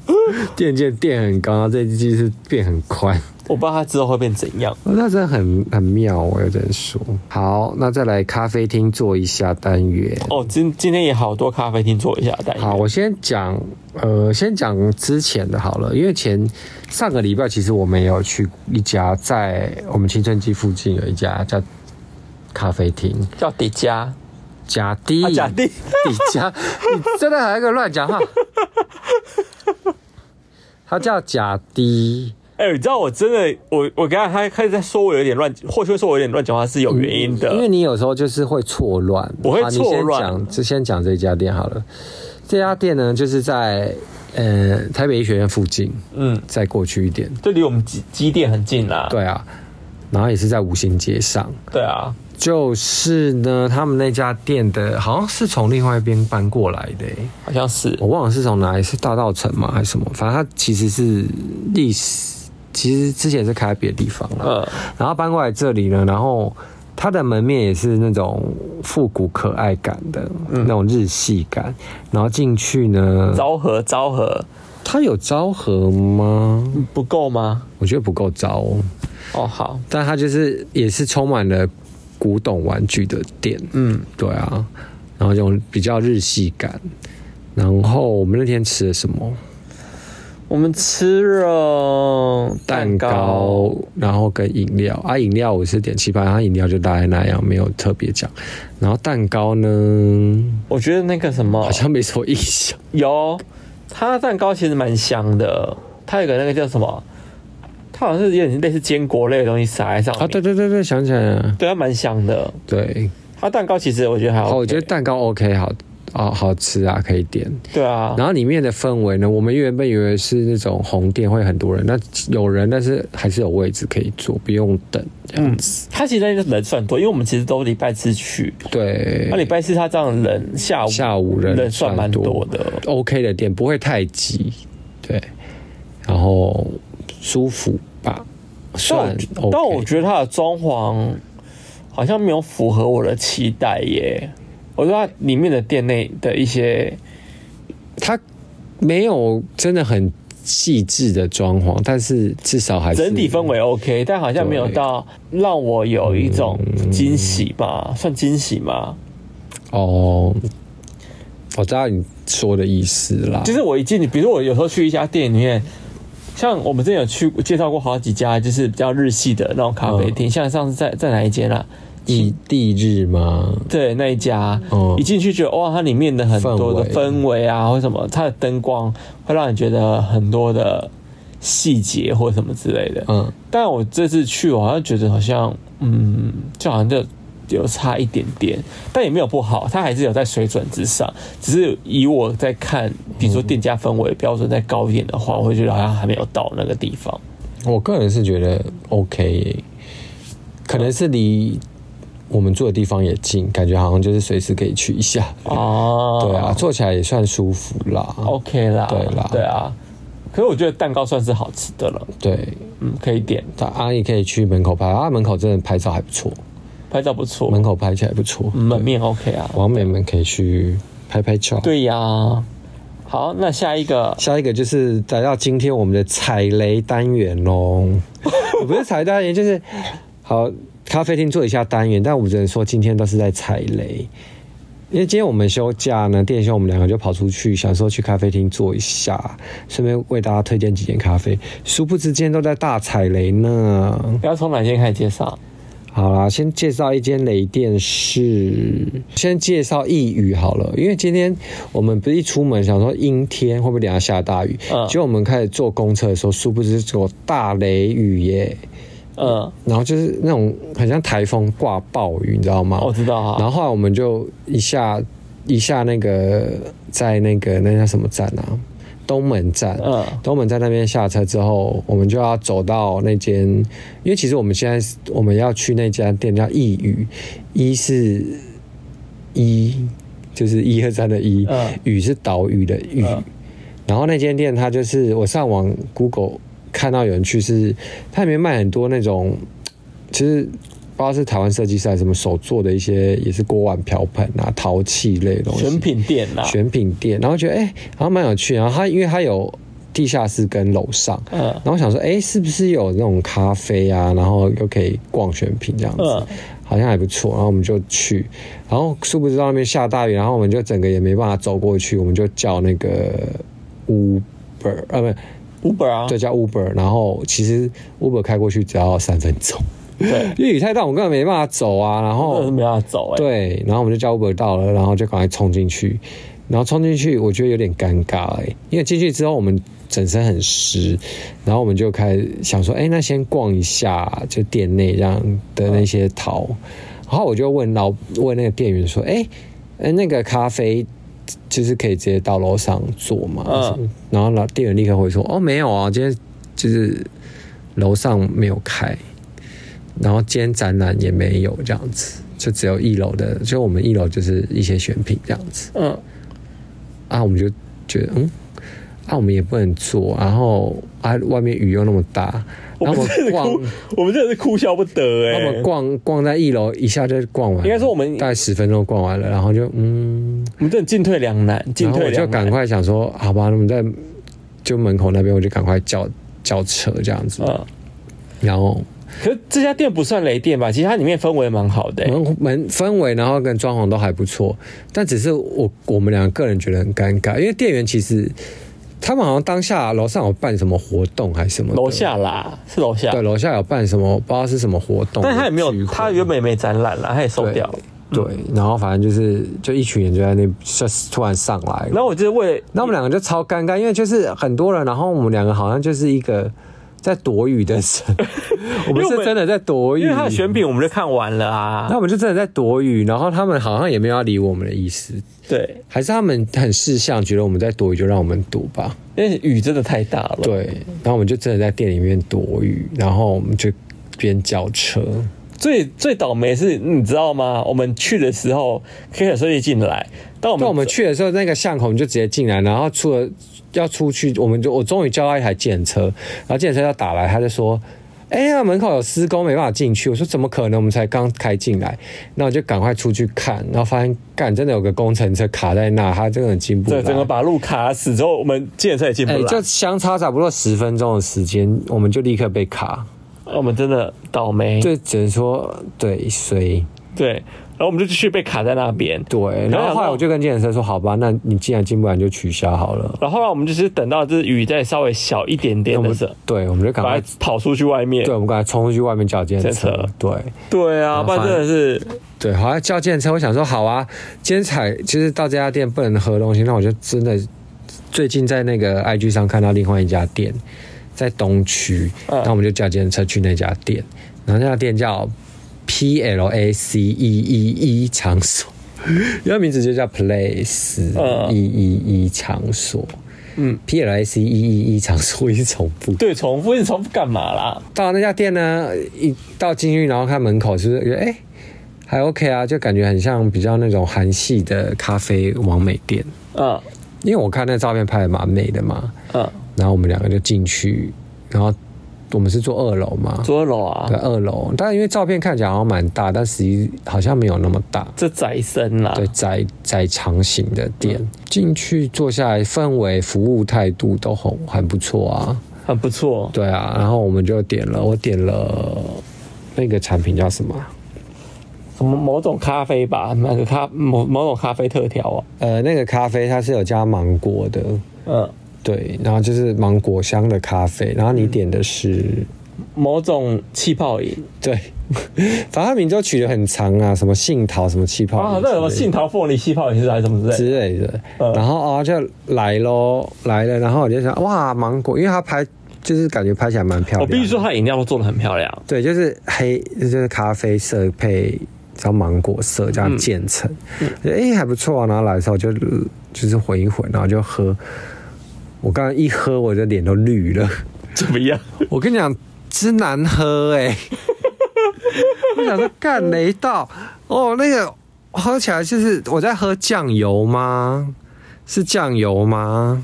嗯电竞垫很高，然后这一季是变很宽。我不知道他之后会变怎样。哦那真的很很妙，我有点说。好，那再来咖啡厅做一下单元。哦，今今天也好多咖啡厅做一下单好，元，我先讲，呃，先讲之前的好了，因为前上个礼拜其实我们也有去一家在我们青春期附近有一家叫咖啡厅，叫迪迦，甲地啊甲地底加， 你真的还一个乱讲话。它叫甲低，哎、你知道我真的，我我刚才他开始在说我有点乱，或许会说我有点乱讲话是有原因的，嗯因为你有时候就是会错乱。我会好你错乱先讲，就先讲这家店好了。这家店呢，就是在呃台北医学院附近，嗯，再过去一点。就离我们基基店很近啦。对啊，然后也是在五行街上。对啊，就是呢，他们那家店的好像是从另外一边搬过来的欸、好像是我忘了是从哪里，是大道城吗还是什么？反正它其实是历史，其实之前是开在别的地方了，嗯然后搬过来这里呢，然后它的门面也是那种复古可爱感的、那种日系感，然后进去呢，昭和昭和它有昭和吗？不够吗？我觉得不够昭哦，哦，好，但它就是也是充满了古董玩具的店，嗯，对啊，然后这种比较日系感。然后我们那天吃了什么？我们吃了蛋糕，然后跟饮料啊，饮料我是点七八，它饮料就大概那样，没有特别讲。然后蛋糕呢，我觉得那个什么好像没什么印象。有，它蛋糕其实蛮香的，它有个那个叫什么，它好像是有点类似坚果类的东西撒在上面，啊，对对对对，想起来了，对，它蛮香的。对，它蛋糕其实我觉得还好、哦好，我觉得蛋糕 OK，好哦，好吃啊，可以点。对啊，然后里面的氛围呢，我们原本以为是那种红店会很多人，那有人，但是还是有位置可以坐，不用等这嗯样子。它其实那个人算多，因为我们其实都礼拜四去，那礼对拜四它这样人下午下午人人算蛮算多多的， ，OK 的店不会太挤，对，然后舒服吧，但我算觉 OK。但我觉得它的装潢好像没有符合我的期待耶。我觉得它里面的店内的一些它没有真的很细致的装潢，但是至少还是整体氛。围 OK，但好像没有对嗯到让我有一种惊喜吧，算惊喜啊吗？哦，我知道你说的意思啦。就是我一进去，比如我有时候去一家店里面，像我们之前有去介绍过好几家，就是比较日系的那种咖啡嗯厅，像上次在在哪一间啊？以地日吗？对，那一家，嗯一进去觉得哇，它里面的很多的氛围氛围啊，或什么，它的灯光会让你觉得很多的细节或什么之类的。嗯，但我这次去，我好像觉得好像，嗯，就好像就有差一点点，但也没有不好，它还是有在水准之上。只是以我在看，比如说店家氛围标准再高一点的话，我会觉得好像还没有到那个地方。我个人是觉得 OK，耶可能是离我们住的地方也近，感觉好像就是随时可以去一下。哦，对啊，坐起来也算舒服啦。 ，OK 啦，对啦对啊。可是我觉得蛋糕算是好吃的了，对，嗯，可以点，大阿姨可以去门口拍，啊，门口真的拍照还不错，拍照不错，门口拍起来不错。门面 OK 啊。王美们可以去拍拍照。，对呀、好，那下一个下一个就是来到今天我们的踩雷单元喽，我不是踩单元，就是好咖啡厅做一下单元，但我们只能说今天都是在踩雷。因为今天我们休假呢，店休我们两个就跑出去，想说去咖啡厅坐一下，顺便为大家推荐几间咖啡。殊不知今天都在大踩雷呢。要从哪间开始介绍？好啦，先介绍一间雷电是，先介绍一雨好了，因为今天我们不是一出门想说阴天会不会等一下下大雨，嗯结果我们开始坐公车的时候，殊不知有大雷雨耶，嗯，然后就是那种很像台风挂暴雨，你知道吗？我知道啊。然后后来我们就一下一下那个在那个那叫什么站啊？东门站，嗯东门站那边下车之后，我们就要走到那间，因为其实我们现在是我们要去那家店叫一宇，一是一，就是一二三的一嗯，宇、是岛屿的屿。嗯然后那间店它就是我上网 Google 看到有人去是，它里面卖很多那种，就是不知道是台湾设计师还是什么手做的一些，也是锅碗瓢盆啊、陶器类的东西，选品店啊啦，选品店，然后觉得哎、好像蛮有趣。然后它因为它有地下室跟楼上，嗯然后我想说，哎、是不是有那种咖啡啊，然后又可以逛选品这样子，嗯好像还不错。然后我们就去，然后殊不知到那边下大雨，然后我们就整个也没办法走过去，我们就叫那个 Uber，呃，不是， ，Uber 啊，对，叫 Uber。然后其实 Uber 开过去只要三分钟，对， 因为雨太大，我们根本没办法走啊。然真的是后没办法走哎、欸，对，然后我们就叫 Uber 到了，然后就赶快冲进去，然后冲进去，我觉得有点尴尬哎、因为进去之后我们整身很湿，然后我们就开始想说，哎、那先逛一下就店内这样的那些桃，然后我就问老问那个店员说，哎、呃那个咖啡。就是可以直接到楼上做嘛，嗯然后老店员立刻回说：“哦，没有啊，今天就是楼上没有开。”然后今天展览也没有这样子，就只有一楼的，就我们一楼就是一些选品这样子嗯，啊，我们就觉得嗯，啊我们也不能做，然后啊外面雨又那么大，我然后们我真的们是逛，哭， 我们真的是哭笑不得哎、然后我们逛逛在一楼一下就逛完了，应该说我们大概十分钟逛完了，然后就嗯，我们真的进退两难，进然后退我就两难赶，快想说，好吧，那我们在就门口那边我就赶快叫叫车这样子，嗯，然后可是这家店不算雷店吧？其实它里面氛围蛮好的、欸，门门氛围，然后跟装潢都还不错，但只是我我们两个个人觉得很尴尬，因为店员其实他们好像当下楼上有办什么活动还是什么的，楼下啦，是楼下对，楼下有办什么不知道是什么活动，但他也没聚有，会他原本也没展览啦，他也收对掉了。对，然后反正就是就一群人就在那，就突然上来然了，后我就是为了那我们两个就超尴尬，因为就是很多人，然后我们两个好像就是一个在躲 雨的人，我因们为我是们真的在躲雨，因为他的选品我们就看完了啊那。我们就真的在躲雨，然后他们好像也没有要理我们的意思，对，还是他们很识相，觉得我们在躲雨，就让我们躲吧。因为雨真的太大了。，对，然后我们就真的在店里面躲雨，然后我们就边叫车，最最倒霉是你知道吗？我们去的时候 K 小设计进来，但我们那我们去的时候，那个巷口我们就直接进来，然后出了要出去，我们就我终于叫到一台检车，然后检车要打来，他就说。哎呀，门口有施工，没办法进去。我说怎么可能？我们才刚开进来，那我就赶快出去看，然后发现干真的有个工程车卡在那，他真的很进不来。对整个把路卡死之后，我们计程车也进不哎、来，就相差差不多十分钟的时间，我们就立刻被卡。我们真的倒霉。就只能说对谁对，然后我们就继续被卡在那边。对，然后后来我就跟健身说，好吧，那你既然进不来，你就取消好了。然后后来我们就是等到就是雨再稍微小一点那点我的们时候，对，哎我们就赶把快它，跑出去外面对，。我们赶快冲出去外面叫健身健车身，对对啊，麻不然烦真的是对，好像啊叫健身车，我想说好啊，今天才其实到这家店不能喝东西，那我就真的最近在那个 IG 上看到另外一家店在东区，嗯那我们就叫健身车去那家店，然后那家店叫 P L A C E E E 场所，原来名字就叫 Place 嗯 E E E 场所。嗯，P L A C E E E 场所 也是重复。对重复，你重复干嘛啦？到那家店呢，一到进去，然后看门口，是不是觉得哎、还 OK 啊？就感觉很像比较那种韩系的咖啡王美店，嗯因为我看那照片拍的蛮美的嘛。嗯，然后我们两个就进去，然后我们是坐二楼嘛，左楼啊对，，二楼。但因为照片看起来好像蛮大，但实际好像没有那么大。这宅生啊啦，对，窄窄长型的店，进去坐下来，氛围、服务态度都很很不错啊。很不错。对啊，然后我们就点了，我点了那个产品叫什么啊？什么某种咖啡吧，那个咖某某种咖啡特调啊，呃，那个咖啡它是有加芒果的，嗯，对，然后就是芒果香的咖啡，然后你点的是，嗯某种气泡饮对， 反正它名字都取得很长啊，什么杏桃什么气泡啊，饮那之什么类的杏桃凤梨气泡饮是还是什么之类的，之类的，嗯然后啊就来咯，来了，然后我就想哇芒果，因为它拍就是感觉拍起来蛮漂我亮的，哦必须说它饮料都做的很漂亮，对，就是黑，就是咖啡色配叫芒果色这样渐层，哎、诶还不错啊。然后来的时候我就就是混一混，然后就喝。我刚刚一喝，我的脸都绿了。怎么样？ 我跟你讲，真难喝哎、我想说干雷到哦，那个喝起来就是我在喝酱油吗？是酱油吗？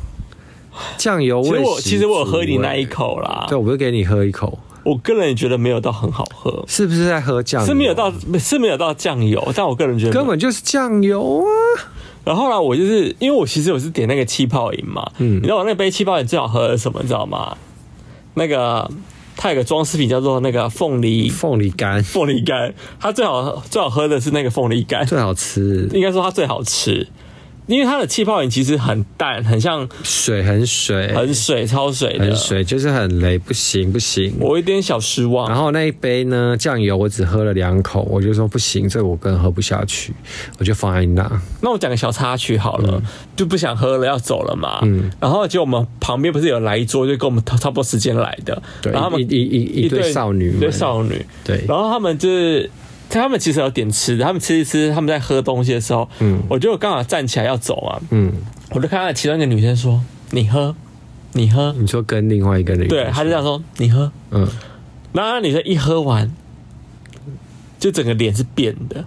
酱油其味实我十其实我有足喝你欸那一口啦对，，我不是给你喝一口，我个人也觉得没有到很好喝，是不是在喝酱油？啊是没有到是没有到酱油，但我个人觉得没有根本就是酱油啊！然后呢，我就是因为我其实我是点那个气泡饮嘛，你知道我那杯气泡饮最好喝的是什么，你知道吗？那个它有个装饰品叫做那个凤梨凤梨干凤梨干，它最好最好喝的是那个凤梨干，最好吃，应该说它最好吃，因为它的气泡饮其实很淡，很像水很水，很水超水的，很。水，就是很雷，不行不行。我有点小失望然，后那一杯呢，酱油我只喝了两口，我就说不行，这我更喝不下去，我就放在那。那我讲个小插曲好嗯了，就不想喝了，要走了嘛。嗯，然后结果我们旁边不是有来一桌，就跟我们差差不多时间来的，对然后他们一一一一对少女们一对少女，对然后他们就是。他们其实有点吃的，他们吃一吃，他们在喝东西的时候，嗯，我就刚好站起来要走啊，嗯，我就看到其中一个女生说：“你喝，你喝。你说跟另外一个人，对，她就这样说：“你喝。嗯，”然后那女生一喝完，就整个脸是变的，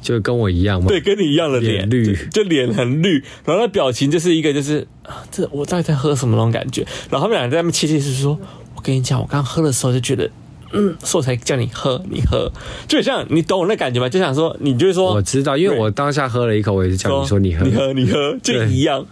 就跟我一样嘛。对，，跟你一样的脸脸绿就就脸很绿，然后那表情就是一个就是啊，这我到底在喝什么那种感觉。然后他们俩在那边窃窃私说：“我跟你讲，我刚喝的时候就觉得，嗯，所以我才叫你喝，你喝，就很像你懂我那感觉吗？就想说，你就会说我知道，因为我当下喝了一口，我也是叫你说你喝，你喝，你喝，就对一样。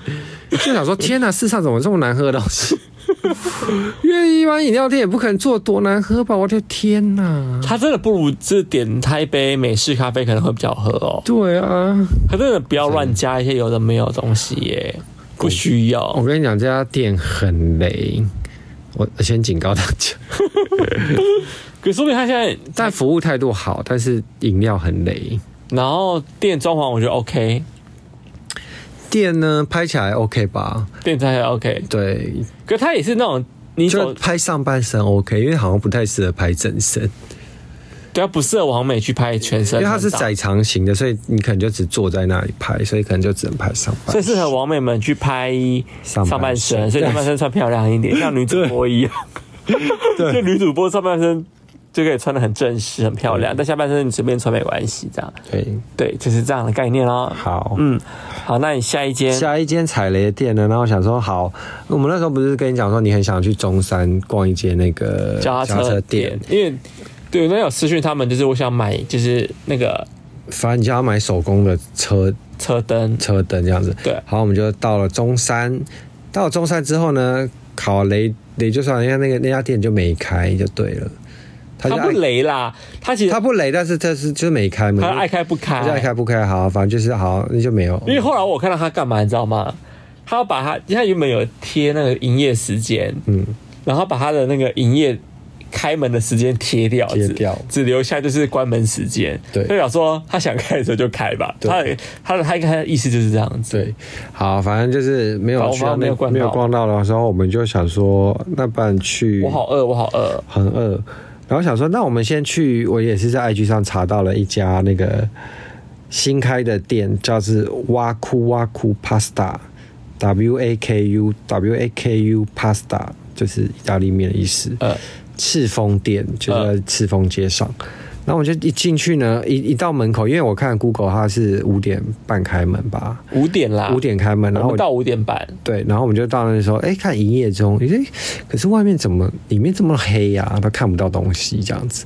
就想说天哪，世上怎么这么难喝的东西？ 因为一般饮料店也不可能做多难喝吧？我的天哪！他真的不如就是点他一杯美式咖啡可能会比较好喝哦。对啊，他真的不要乱加一些有的没有的东西耶，不需我要。跟你讲，这家店很雷，我先警告大家。可是说明他现在，但服务态度好，但是饮料很雷。然后店装潢我觉得 OK，店呢拍起来 OK 吧？店装潢也 OK，对，可他也是那种你就走拍上半身 OK，因为好像不太适合拍整身，对啊，不适合往美去拍全身因很大，为它是窄长型的，所以你可能就只坐在那里拍，所以可能就只能拍上半所以身。适合王美们去拍上半身上半身，所以上半身穿漂亮一 点，像女主播一样。就女主播上半身就可以穿的很正式、很漂亮，但下半身你随便穿没关系，这样对，对，就是这样的概念啦。好，嗯，好，那你下一间下一间踩雷的店呢？然后我想说，好，我们那时候不是跟你讲说你很想去中山逛一间那个脚踏车店，，因为对，那有私讯他们，就是我想买，就是那个反正你就要买手工的车车灯，车灯这样子。对好，我们就到了中山。到了中山之后呢，考雷雷就算了，因为那个那家店就没开就对了。他它就不爱雷啦，它其实他不雷，但是这是就是没开嘛，它爱开不哎他就爱开不开，好，反正就是好，那就没有。因为后来我看到他干嘛，你知道吗？他要把他，他原本有贴那个营业时间，嗯，然后把他的那个营业开门的时间贴掉，贴只掉只留下就是关门时间。对代表说他想开的时候就开吧。对他的他的他应该他的意思就是这样子。对，好，反正就是没好有去我到们没那有逛到没有逛到的时候，我们就想说，那不然去我好饿，我好饿。很饿，然后想说，那我们先去，我也是在 IG 上查到了一家那个新开的店，叫是哇酷哇酷 Pasta，W A K U W A K U Pasta，就是意大利面的意思。呃，赤峰店，就是在赤峰街上。然后我就一进去呢，一一到门口，因为我看 Google 它是五点半开门吧，五点啦，五，点开门，啊我然后我们到五点半。对，然后我们就到那里说，哎，看营业中，诶，可是外面怎么里面这么黑呀、都看不到东西这样子。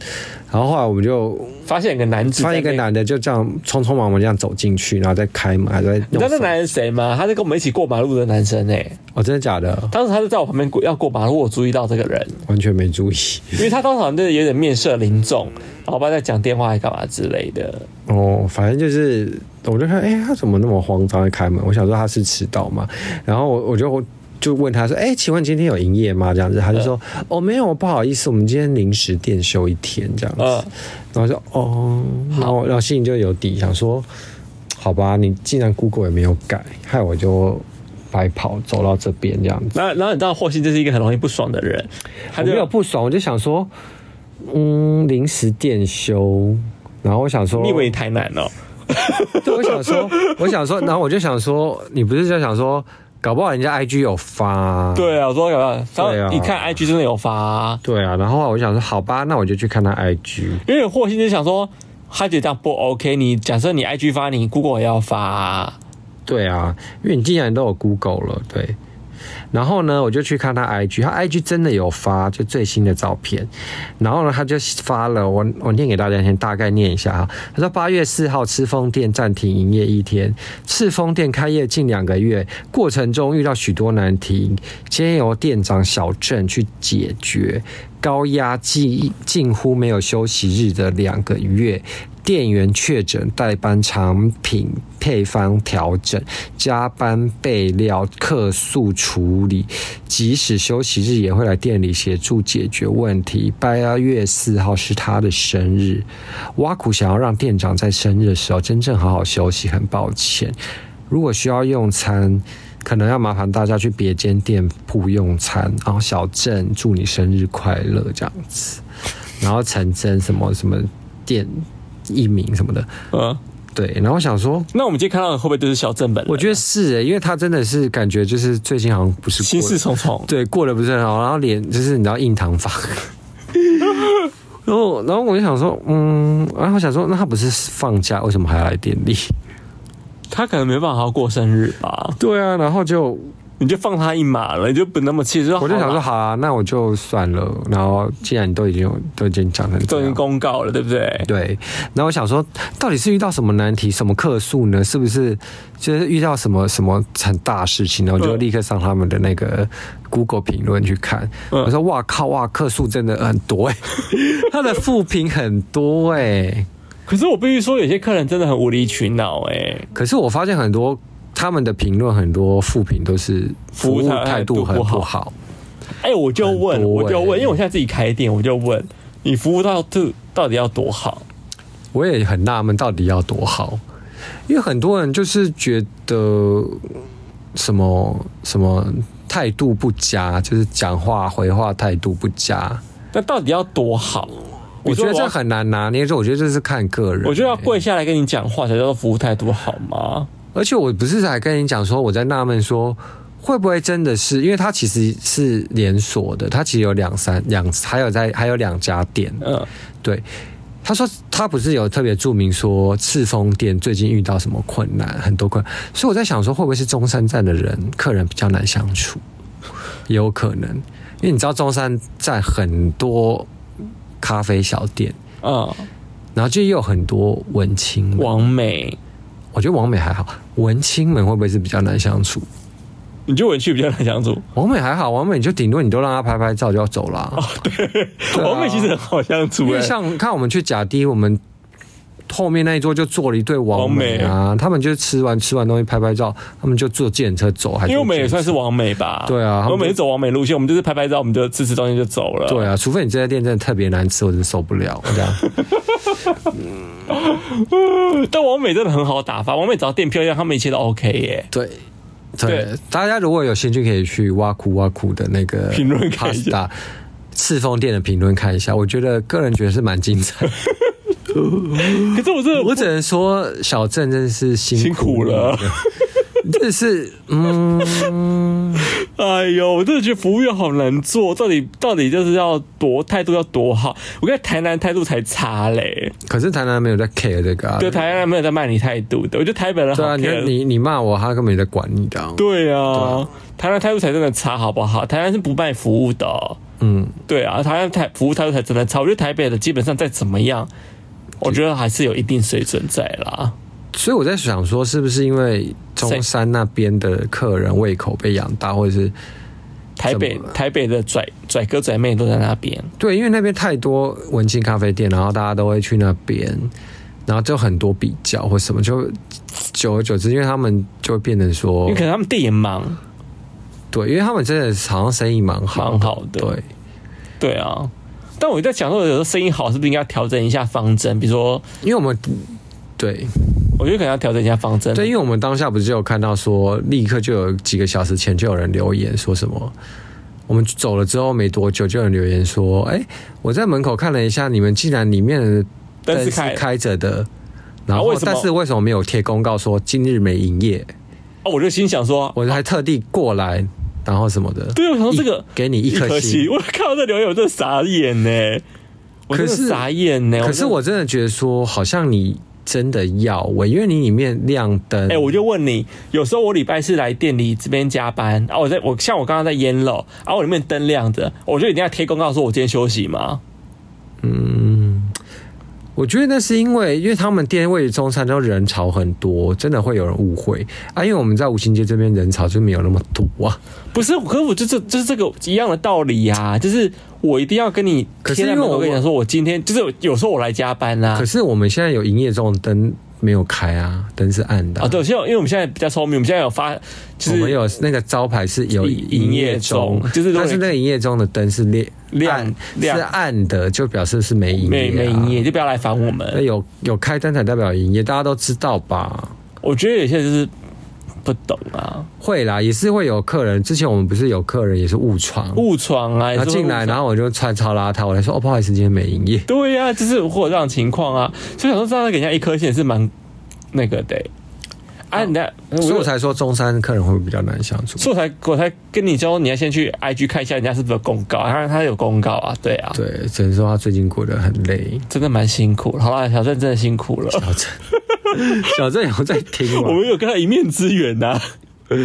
然后后来我们就发现有个男子，发现一个。男的就这样匆匆忙忙这样走进去，然后再开门，还在你弄知道那手男人是谁吗？他是跟我们一起过马路的男生哎、哦，真的假的？当时他就在我旁边过要过马路，我注意到这个人，完全没注意因为他当时好像就是有点面色凝重，然后不知道在讲电话还干嘛之类的。哦，反正就是我就看，哎，他怎么那么慌张在开门？我想说他是迟到嘛，然后我我就。就问他说：“哎、请问今天有营业吗？”这样子，他就说：“哦，没有，不好意思，我们今天临时店休一天这样子。嗯然后就哦，然后然后心里就有底，想说，好吧，你既然 Google 也没有改，害我就白跑走到这边这样子。然后，然后你知道霍信就是一个很容易不爽的人，他我就没有不爽，我就想说，嗯，临时店休。然后我想说，你以为你台南哦？对，我想说，我想说，然后我就想说，你不是就想说，搞不好人家 IG 有发、对啊，我说有没有？对然啊后一看 IG 真的有发啊、对啊。然后我想说，好吧，那我就去看他 IG。因为霍信就想说，他觉得这样不 OK 你。假设你 IG 发，你 Google 也要发啊、对啊，因为你既然都有 Google 了，对。然后呢，我就去看他 IG，他 IG 真的有发就最新的照片。然后呢，他就发了，我我念给大家先大概念一下哈。他说八月四号，赤峰店暂停营业一天。赤峰店开业近两个月，过程中遇到许多难题，皆由店长小郑去解决。高压近近乎没有休息日的两个月，店员确诊，代班产品配方调整，加班备料、客诉处理，即使休息日也会来店里协助解决问题。八月四号是他的生日，挖苦想要让店长在生日的时候真正好好休息，很抱歉。如果需要用餐，可能要麻烦大家去别间店铺用餐。然后小郑祝你生日快乐这样子，然后陈真什么什么店艺名什么的，嗯，对。然后我想说，那我们今天看到的会不会就是小正本人？我觉得是欸诶、因为他真的是感觉就是最近好像不是心过得事重重。对，过得不是很好，然后脸就是你知道印堂发。然后，然后我就想说，嗯，然后我想说，那他不是放假，为什么还要来店里？他可能没办法好好过生日吧？对啊，然后就你就放他一马了，你就不那么气。就我就想说，好啦，好啊，那我就算了。然后既然你都已经有都已经讲成都这已经样，公告了，对啊不对？对。然后我想说，到底是遇到什么难题、什么客诉呢？是不是就是遇到什么什么很大事情呢？我就嗯立刻上他们的那个 Google 评论去看。嗯我说：哇靠，哇客诉真的很多哎、 他的负评很多哎、可是我必须说，有些客人真的很无理取闹、哎，可是我发现很多他们的评论，很多负评都是服务服务态态度度很不好不好。哎，我就问，很多我就哎问，因为我现在自己开店，我就问你服务到这到底要多好？我也很纳闷，到底要多好？因为很多人就是觉得什么什么态度不佳，就是讲话回话态度不佳。那到底要多好？我觉得你说这要，很难拿捏，这我觉得这是看个人、我觉得要欸跪下来跟你讲话才叫做服务态度好吗？而且我不是还跟你讲说，我在纳闷说，会不会真的是因为它其实是连锁的，它其实有两三两，还有在还有两家店，嗯，对。他说他不是有特别注明说赤峰店最近遇到什么困难，很多困难，所以我在想说会不会是中山站的人客人比较难相处，也有可能，因为你知道中山站很多咖啡小店，嗯，然后就也有很多文青们，王美，我觉得王美还好，文青们会不会是比较难相处？你就文去比较难相处。王美还好，王美就顶多你都让她拍拍照就要走啊啦。对啊王美其实很好相处、因为哎像看我们去甲低，我们后面那一桌就坐了一对王美啊，他们就吃完吃完东西拍拍照，他们就坐计程车走，还因为我们也算是是王美吧，对啊他们就我们也是走王美路线，我们就是拍拍照，我们就吃吃东西就走了。对啊，除非你这家店真的特别难吃，我真的受不了这样。但王美真的很好打发，王美只要店漂亮，他们一切都 OK 耶。对。对对，大家如果有兴趣，可以去挖苦挖苦的那个评论看一下 Pasta 赤峰店的评论看一下，我觉得个人觉得是蛮精 彩的。可是我真的我只能说，小郑真的是辛辛苦你了， 真的是嗯，哎呦，我真的觉得服务业好难做，到底到底就是要多态度要多好？我跟台南态度才差嘞，可是台南没有在 care 这个啊，对，台南没有在卖你态度的，我觉得台北人好对啊，你 care 你你骂我，他根本没在管你的、啊。对啊，台南态度才真的差，好不好？台南是不卖服务的哦、嗯，对啊，台南台服务态度才真的差。我觉得台北的基本上再怎么样，我觉得还是有一定水准在啦。所以我在想说，是不是因为中山那边的客人胃口被养大，或者是台北怎么了哦台北的拽拽哥拽妹都在那边，对，因为那边太多文青咖啡店，然后大家都会去那边，然后就很多比较或什么，就久而久之，因为他们就会变成因说为，可能他们店也忙，对，因为他们真的好像生意蛮好，蛮好的对，对啊。但我在想说，有时候生意好是不是应该调整一下方针？比如说，因为我们对我觉得可能要调整一下方针。对，因为我们当下不是就有看到说，立刻就有几个小时前就有人留言说什么。我们走了之后没多久，就有人留言说：“哎、我在门口看了一下，你们竟然里面的灯是开开着的，然啊后、为什么但是为什么没有贴公告说今日没营业？哦，我就心想说，我还特地过来，然后什么的。啊对，我想说这个一给你一颗星，星。我看到这留言我真的傻眼呢、我真可的是傻眼呢、可是真的我真的觉得说，好像你真的要喂，因为你里面亮灯。哎、我就问你，有时候我礼拜四来店里这边加班，啊，我在我像我刚刚在烟楼，啊，我里面灯亮着，我就一定要贴公告说我今天休息嘛。我觉得那是因为，因为他们店位于中山都人潮很多，真的会有人误会啊。因为我们在五星街这边人潮就没有那么多啊。不是，可是我就是就是这个一样的道理呀、就是我一定要跟你可是贴在因门为口我跟你讲说，我今天就是有时候我来加班啦、啊可。是我们现在有营业中的灯没有开啊，灯是暗的啊、啊，对，现在因为我们现在比较聪明，我们现在有发，就我们是有那个招牌是有营业中营业，中就是如果但是那个营业中的灯是亮亮暗亮是暗的，就表示是没营没业、啊，哎没营业，。就不要来烦我那们。有有开灯才代表营业，大家都知道吧？我觉得有些人就是不懂啊，会啦，也是会有客人。之前我们不是有客人也是误闯，误闯啊，也然是后会进误来，闯然后我就穿超邋遢，我来说哦，不好意思，今天没营业。对呀、就是会有这种情况啊，所以想说这样给人家一颗线是蛮那个的欸、啊，你那我所以就我才说中山客人会比较难相处。所以我才我才跟你说，你要先去 IG 看一下人家是不是有公告，然后他有公告啊，对啊，对，只能说他最近过得很累。真的蛮辛苦。好啦，小郑真的辛苦了，小郑，小郑有在听 我吗？们有跟他一面之缘呐、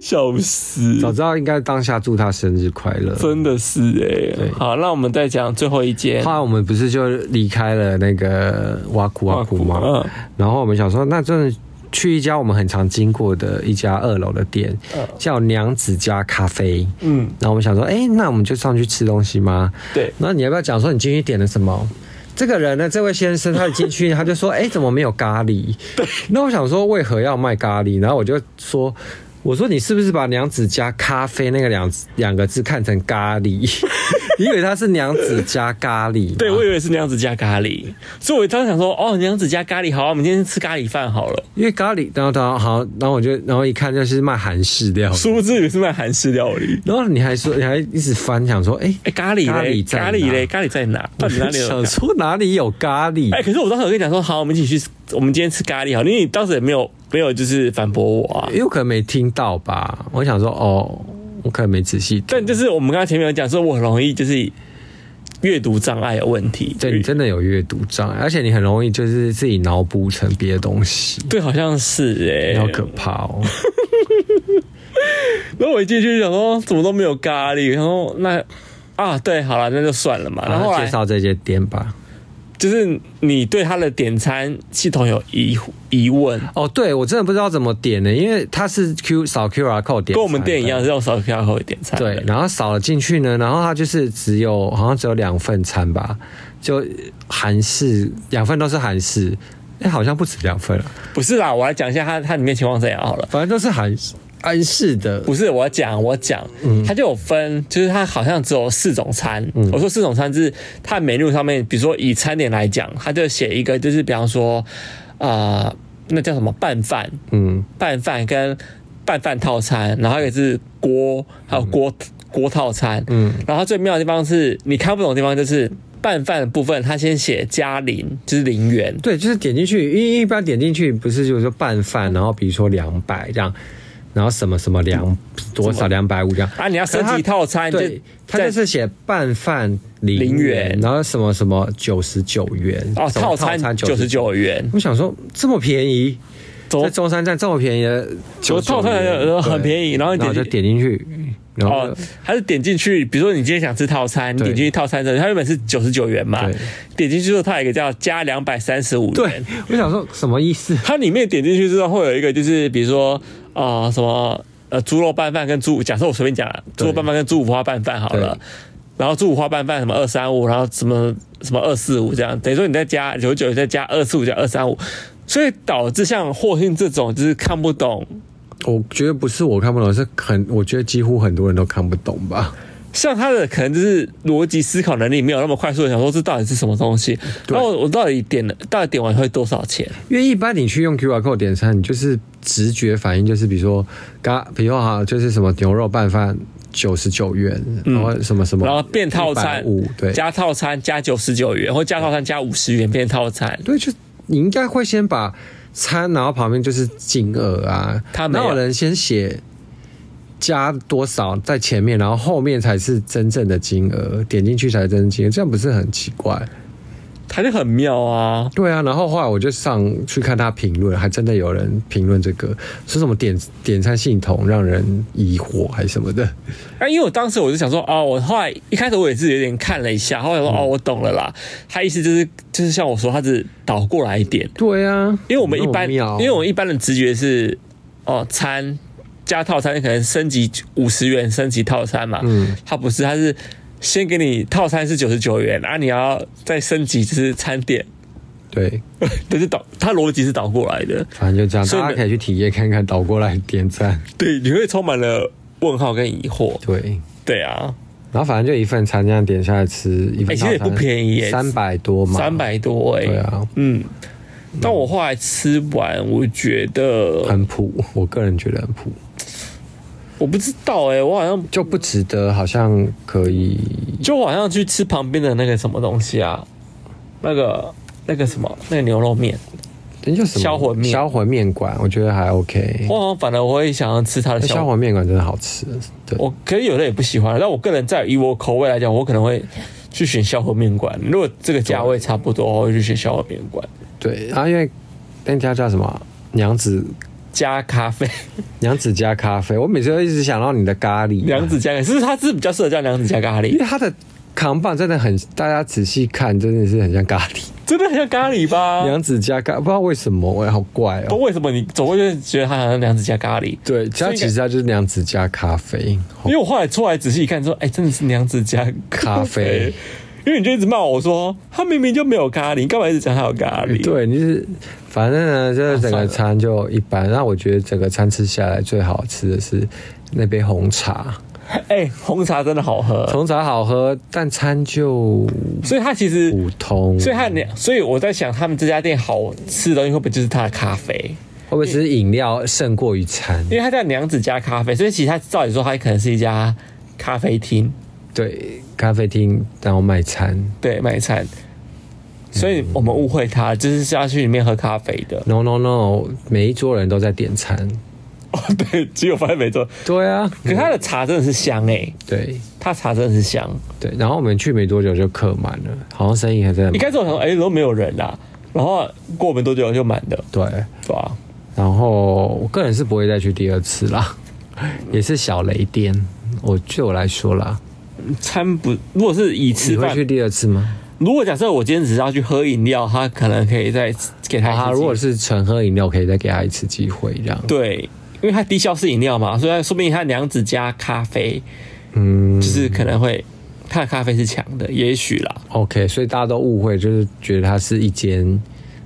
笑死，早知道应该当下祝他生日快乐。真的是哎、对好，那我们再讲最后一间后。来我们不是就离开了那个挖苦挖苦吗？嗯，然后我们想说，那真的去一家我们很常经过的一家二楼的店，嗯叫娘子家咖啡。嗯，然后我们想说，哎，那我们就上去吃东西吗？对，那你要不要讲说你进去点了什么？这个人呢，这位先生，他一进去他就说：“哎、怎么没有咖喱？”那我想说，为何要卖咖喱？然后我就说：“我说你是不是把娘子加咖啡那个两两个字看成 咖喱？你以为他是娘子加咖喱吗？对我以为是那样子加咖喱，所以我当时想说，哦，那样子加咖喱，好啊，我们今天吃咖喱饭好了。因为咖喱，然后然后好，然后我就然后一看就是卖韩式 料理，殊不知你是卖韩式料理。然后你还说你还一直翻，想说：“哎、哎、咖喱咖嘞，喱在咖哪喱嘞，咖喱在 哪？到底哪里有咖想？说哪里有咖喱？”哎、可是我当时有跟你讲说，好，我们一起去，我们今天吃咖喱好，因为你当时也没有没有就是反驳我啊。因为我可能没听到吧，我想说哦，我可能没仔细听。但就是我们刚刚前面有讲说，我很容易就是阅读障碍有问题。对你真的有阅读障碍，而且你很容易就是自己脑补成别的东西，对，好像是哎、你好可怕哦。然后我一进去就想说，怎么都没有咖喱，然后那啊，对，好了，那就算了嘛。然然后后后来介绍这些店吧。就是你对他的点餐系统有疑疑问，哦，对我真的不知道怎么点呢，因为它是 Q 扫 QR code 点，跟我们店一样是。用扫 QR code 点餐的。对，然后扫了进去呢，然后它就是只有好像只有两份餐吧，就韩式两份都是韩式，哎，好像不止两份了，不是啦，我来讲一下它它里面情况怎样好了。反正都是韩韩式的。不是我讲，我讲，它就有分，就是它好像只有四种餐。我说四种餐就是它 menu 上面，比如说以餐点来讲，它就写一个，就是比方说，啊，那叫什么拌饭，嗯，拌饭跟拌饭套餐，然后也是锅，还有锅、锅套餐。嗯，然后最妙的地方是你看不懂的地方就是拌饭的部分，它先写加零，就是零元。对，就是点进去，一一般点进去不是就是说拌饭，然后比如说两百这样，然后什么什么两多少两百五这样。啊，你要升级套餐就对，他在就是写拌饭零零元然后什么什么九十九元哦，什套么餐九十99。九哦元。我想说这么便宜，怎么在中山站这么便宜的我99套餐元很对便宜，然后你然后点就进点进去，然后哦，它是点进去，比如说你今天想吃套餐，你对点进去套餐的时候，它原本是九十九元嘛对，点进去之后它有一个叫加两百三十五对元，，我想说什么意思？它里面点进去之后会有一个就是比如说啊、呃什么呃猪肉拌饭跟猪，假设我随便讲啊猪对肉拌饭跟猪五花拌饭好了对。然后猪五花拌饭什么二三五，然后什么什么二四五这样，等于说你再加九九，再加二四五，加二三五，所以导致像霍信这种就是看不懂我觉得不是我看不懂，是很我觉得几乎很多人都看不懂吧。像他的可能就是逻辑思考能力没有那么快速的想说这到底是什么东西，然后我我到底点了，到底点完会多少钱？因为一般你去用 QR code 点餐，你就是直觉反应，就是比如说，刚比如说哈，就是什么牛肉拌饭九十九元，然后什么什么，嗯然后变套餐五对，加套餐加九十九元，或加套餐加五十元变套餐，对，就你应该会先把餐，然后旁边就是金额啊，他没哪有有人先写加多少在前面，然后后面才是真正的金额，点进去才是真正金额，这样不是很奇怪？他就很妙啊，对啊，然后后来我就上去看他评论，还真的有人评论这个，说什么点点餐系统让人疑惑还是什么的。啊，因为我当时我就想说，哦，我后来一开始我也是有点看了一下，后来说，哦，我懂了啦。他意思就是就是像我说，他只倒过来一点，对啊，因为我们一般，那妙因为我们一般的直觉是，哦，餐加套餐可能升级五十元升级套餐嘛，嗯他不是，他是先给你套餐是九十九元，啊，你要再升级就是餐点，对，就是倒，他逻辑是倒过来的，反正就这样，所以大家可以去体验看看，倒过来点赞。对，你会充满了问号跟疑惑，对，对啊，然后反正就一份餐这样点下来吃，一份哎其实也不便宜耶三百多嘛，三百多哎、对啊，嗯，但我后来吃完，我觉得很普，我个人觉得很普，我不知道哎、我好像就不值得，好像可以就我好像去吃旁边的那个什么东西啊，那个那个什么那个牛肉面，等一下什么销魂面哦销魂面馆，我觉得还 OK。我好像反而我会想要吃它的哎小销。魂面馆真的好吃，对，我可是有的也不喜欢，但我个人在以我口味来讲，我可能会去选小火面馆。如果这个价位差不多，我会去选小火面馆对，然、后因为那家叫什么啊娘子加咖啡， 娘子加咖啡，我每次都一直想到你的咖喱啊娘子加咖啡，是不是它是比较适合叫娘子加咖 因喱？为它的扛棒真的很，大家仔细看真的是很像咖喱，真的很像咖喱吧？娘子加咖，不知道为什么，哎，好怪不哦。过为什么你总会就是觉得它好像娘子加咖喱？对，它其实它就是娘子加咖啡，好因为我后来出来仔细一看，说，哎、真的是娘子加咖啡。因为你就一直骂我说，他明明就没有咖喱，你干嘛一直讲他有咖喱？，啊对，啊你是反正呢，就是整个餐就一般。那我觉得整个餐吃下来最好吃的是那杯红茶，哎、红茶真的好喝，红茶好喝，但餐就所以它其实，普通。所以它会娘，所以我在想，他们这家店好吃的东西会不会就是它的咖啡？不会是饮料胜过于餐？因为它叫娘子加咖啡，所以其实它照理说，它可能是一家咖啡厅，对，咖啡厅然后卖餐，对，卖餐。所以我们误会它，就是是要去里面喝咖啡的。 No No No，每一桌人都在点餐。哦，对，只有发现没错。对啊，可是它的茶真的是香哎、对它茶真的是香。对，然后我们去没多久就客满了，好像生意还在一开始我想说，哎、都没有人啦、然后过没多久就满的，对。对吧、然后我个人是不会再去第二次啦，也是小雷店。我对我来说啦，餐不，如果是以你吃会饭去，第二次吗？如果假设我今天只是要去喝饮料，他可能可以再给他一次机会。啊，如果是纯喝饮料，可以再给他一次机会，这样。对，因为它低消是饮料嘛，所以它说不定它娘子加咖啡，嗯就是可能会它的咖啡是强的，也许啦。 ，OK，所以大家都误会，就是觉得它是一间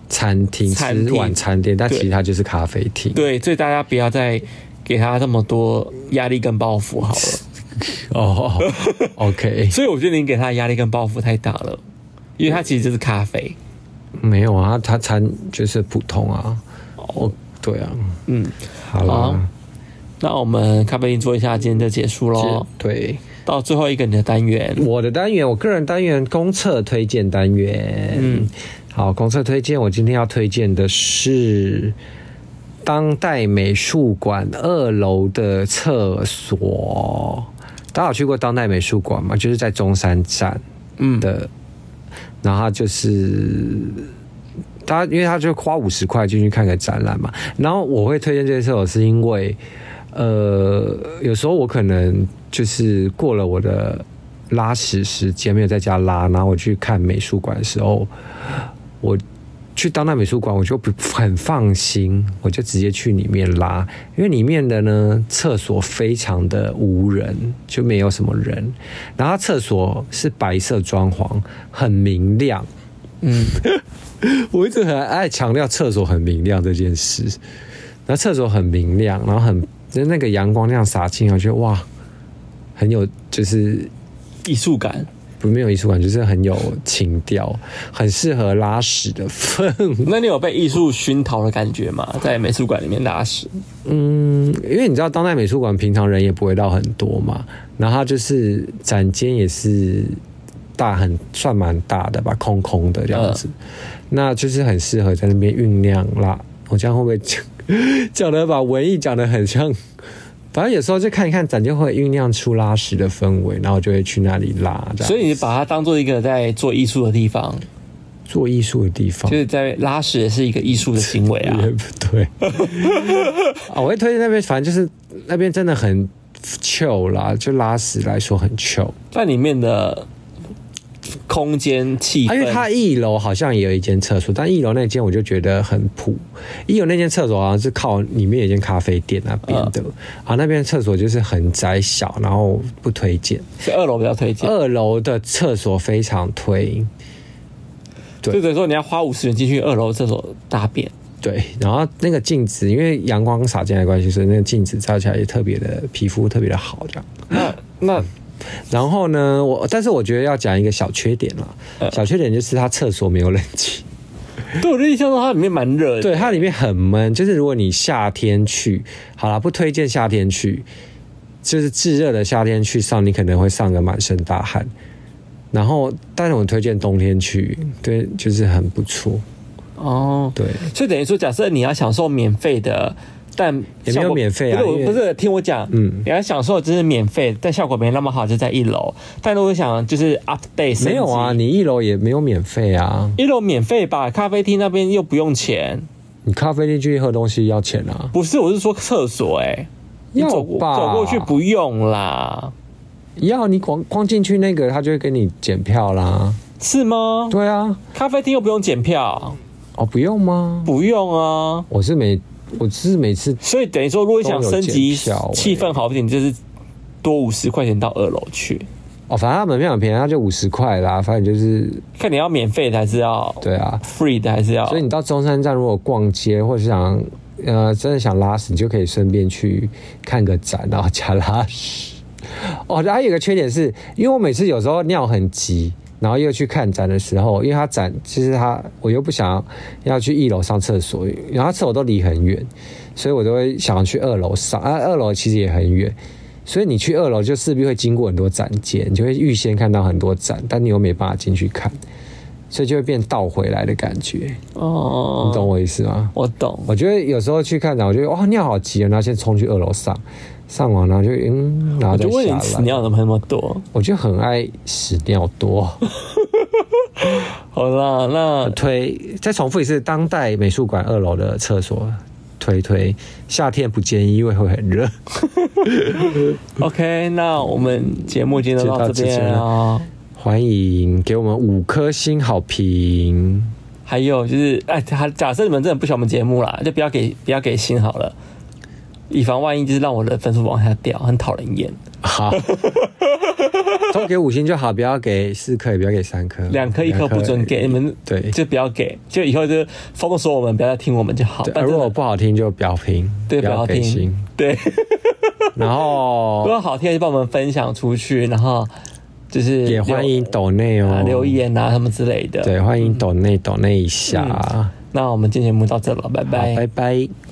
餐厅，餐厅吃晚餐店，但对其实它就是咖啡厅。对，所以大家不要再给他这么多压力跟包袱好了。 哦，OK，所以我觉得你给他的压力跟包袱太大了，因为它其实就是咖啡。没有啊，它餐就是普通啊。哦，对啊，嗯，好好啦，那我们咖啡因做一下，今天就结束喽这。对。到最后一个你的单元，我的单元，我个人单元公测推荐单元。嗯嗯，好，公测推荐，我今天要推荐的是当代美术馆二楼的厕所。大家有去过当代美术馆吗？就是在中山站嗯，的，然后它就是。他因为他就花五十块进去看个展览嘛，然后我会推荐这些厕所是因为，呃，有时候我可能就是过了我的拉屎时间，没有在家拉，然后我去看美术馆的时候，我去当代美术馆，我就不很放心，我就直接去里面拉，因为里面的呢厕所非常的无人，就没有什么人，然后它厕所是白色装潢，很明亮，我一直很爱强调厕所很明亮这件事。那厕所很明亮，然后很就是那个阳光那样洒进来，我觉得哇，很有就是艺术感。不没有艺术感，就是很有情调，很适合拉屎的氛围。那你有被艺术熏陶的感觉吗？在美术馆里面拉屎，嗯，因为你知道当代美术馆平常人也不会到很多嘛，然后它就是展间也是大很算蛮大的吧，空空的这样子，那就是很适合在那边酝酿啦。我这样会不会讲 讲的把文艺讲的很像？反正有时候就看一看展间会酝酿出拉屎的氛围，然后就会去那里拉。这样所以你把它当做一个在做艺术的地方。做艺术的地方就。是在拉屎也是一个艺术的行为啊。也不对。 哦，我会推荐那边，反正就是那边真的很 chill 啦，就拉屎来说很 chill。那里面的空间气啊，因为氛，它一楼好像也有一间厕所，但一楼那间我就觉得很普。一楼那间厕所好像是靠里面有一间咖啡店那边的，嗯啊，那边厕所就是很窄小，然后不推荐。是二楼比较推荐。二楼的厕所非常推，对就等于说你要花五十元进去二楼厕所大便，对，然后那个镜子，因为阳光洒进来的关系，所以那个镜子照起来也特别的皮肤特别的好，这样。嗯那那然后呢，我但是我觉得要讲一个小缺点嗯啦，小缺点就是它厕所没有冷气，对我的印象中它里面蛮热的，对，它里面很闷。就是如果你夏天去，好啦，不推荐夏天去，就是炙热的夏天去上，你可能会上个满身大汗。然后，但是我推荐冬天去，对，就是很不错，哦，对。所以等于说，假设你要享受免费的，但也没有效果免费啊不是因为我不是听我讲，嗯嗯，你要享受就是免费，但效果没那么好，就在一楼。但如果想就是 update，升级没有啊，你一楼也没有免费啊，一楼免费吧，咖啡厅那边又不用钱。你咖啡店去喝东西要钱啊，不是，我是说厕所、哎，你要走过吧走过去不用啦，要你光光进去那个，他就会给你检票啦。是吗？对啊，咖啡厅又不用检票，哦，不用吗？不用啊。我是每我是每次所以等于说，如果你想升级都有检票哎气氛好一点，就是多五十块钱到二楼去。哦，反正他门票很便宜，他就五十块啦，反正就是看你要免费的还是要对啊。 free 的还是要？所以你到中山站如果逛街或者想呃真的想拉屎，你就可以顺便去看个展，然后加拉屎。 哦，还有一个缺点是，因为我每次有时候尿很急，然后又去看展的时候，因为它展其实它我又不想要去一楼上厕所，然后厕所都离很远，所以我都会想要去二楼上啊，二楼其实也很远。所以你去二楼就势必会经过很多展间，你就会预先看到很多展，但你又没办法进去看，所以就会变倒回来的感觉。哦，你懂我意思吗？我懂，我觉得有时候去看展，我觉得哇尿好急啊，然后先冲去二楼上，上完然后就嗯，然后我再就问你下屎来。尿怎么那么多？我就很爱屎尿多，好啦，那 推再重复一次，当代美术馆二楼的厕所推推，夏天不建议，因为会很 热。 OK，那我们节目今天就就到到这这边边了啊。欢迎给我们五颗星好评，还有就是，哎，他假设你们真的不喜欢我们节目啦，就不要给不要给星好了，以防万一，就是让我的分数往下掉，很讨人厌。 好，都给五星就好，不要给四颗，也不要给三颗，两颗一颗不准给你们，对就不要给，就以后就封锁我们，不要再听我们就好。对啊但如真果的不好听就不要评，对不要给星哦听，，对。然 后 如果好听，就帮我们分享出去，然后就是也欢迎抖内啊哦，留言啊什么之类的。对，欢迎抖内抖内一下，嗯那我们今天节目到这了，拜好拜。拜拜。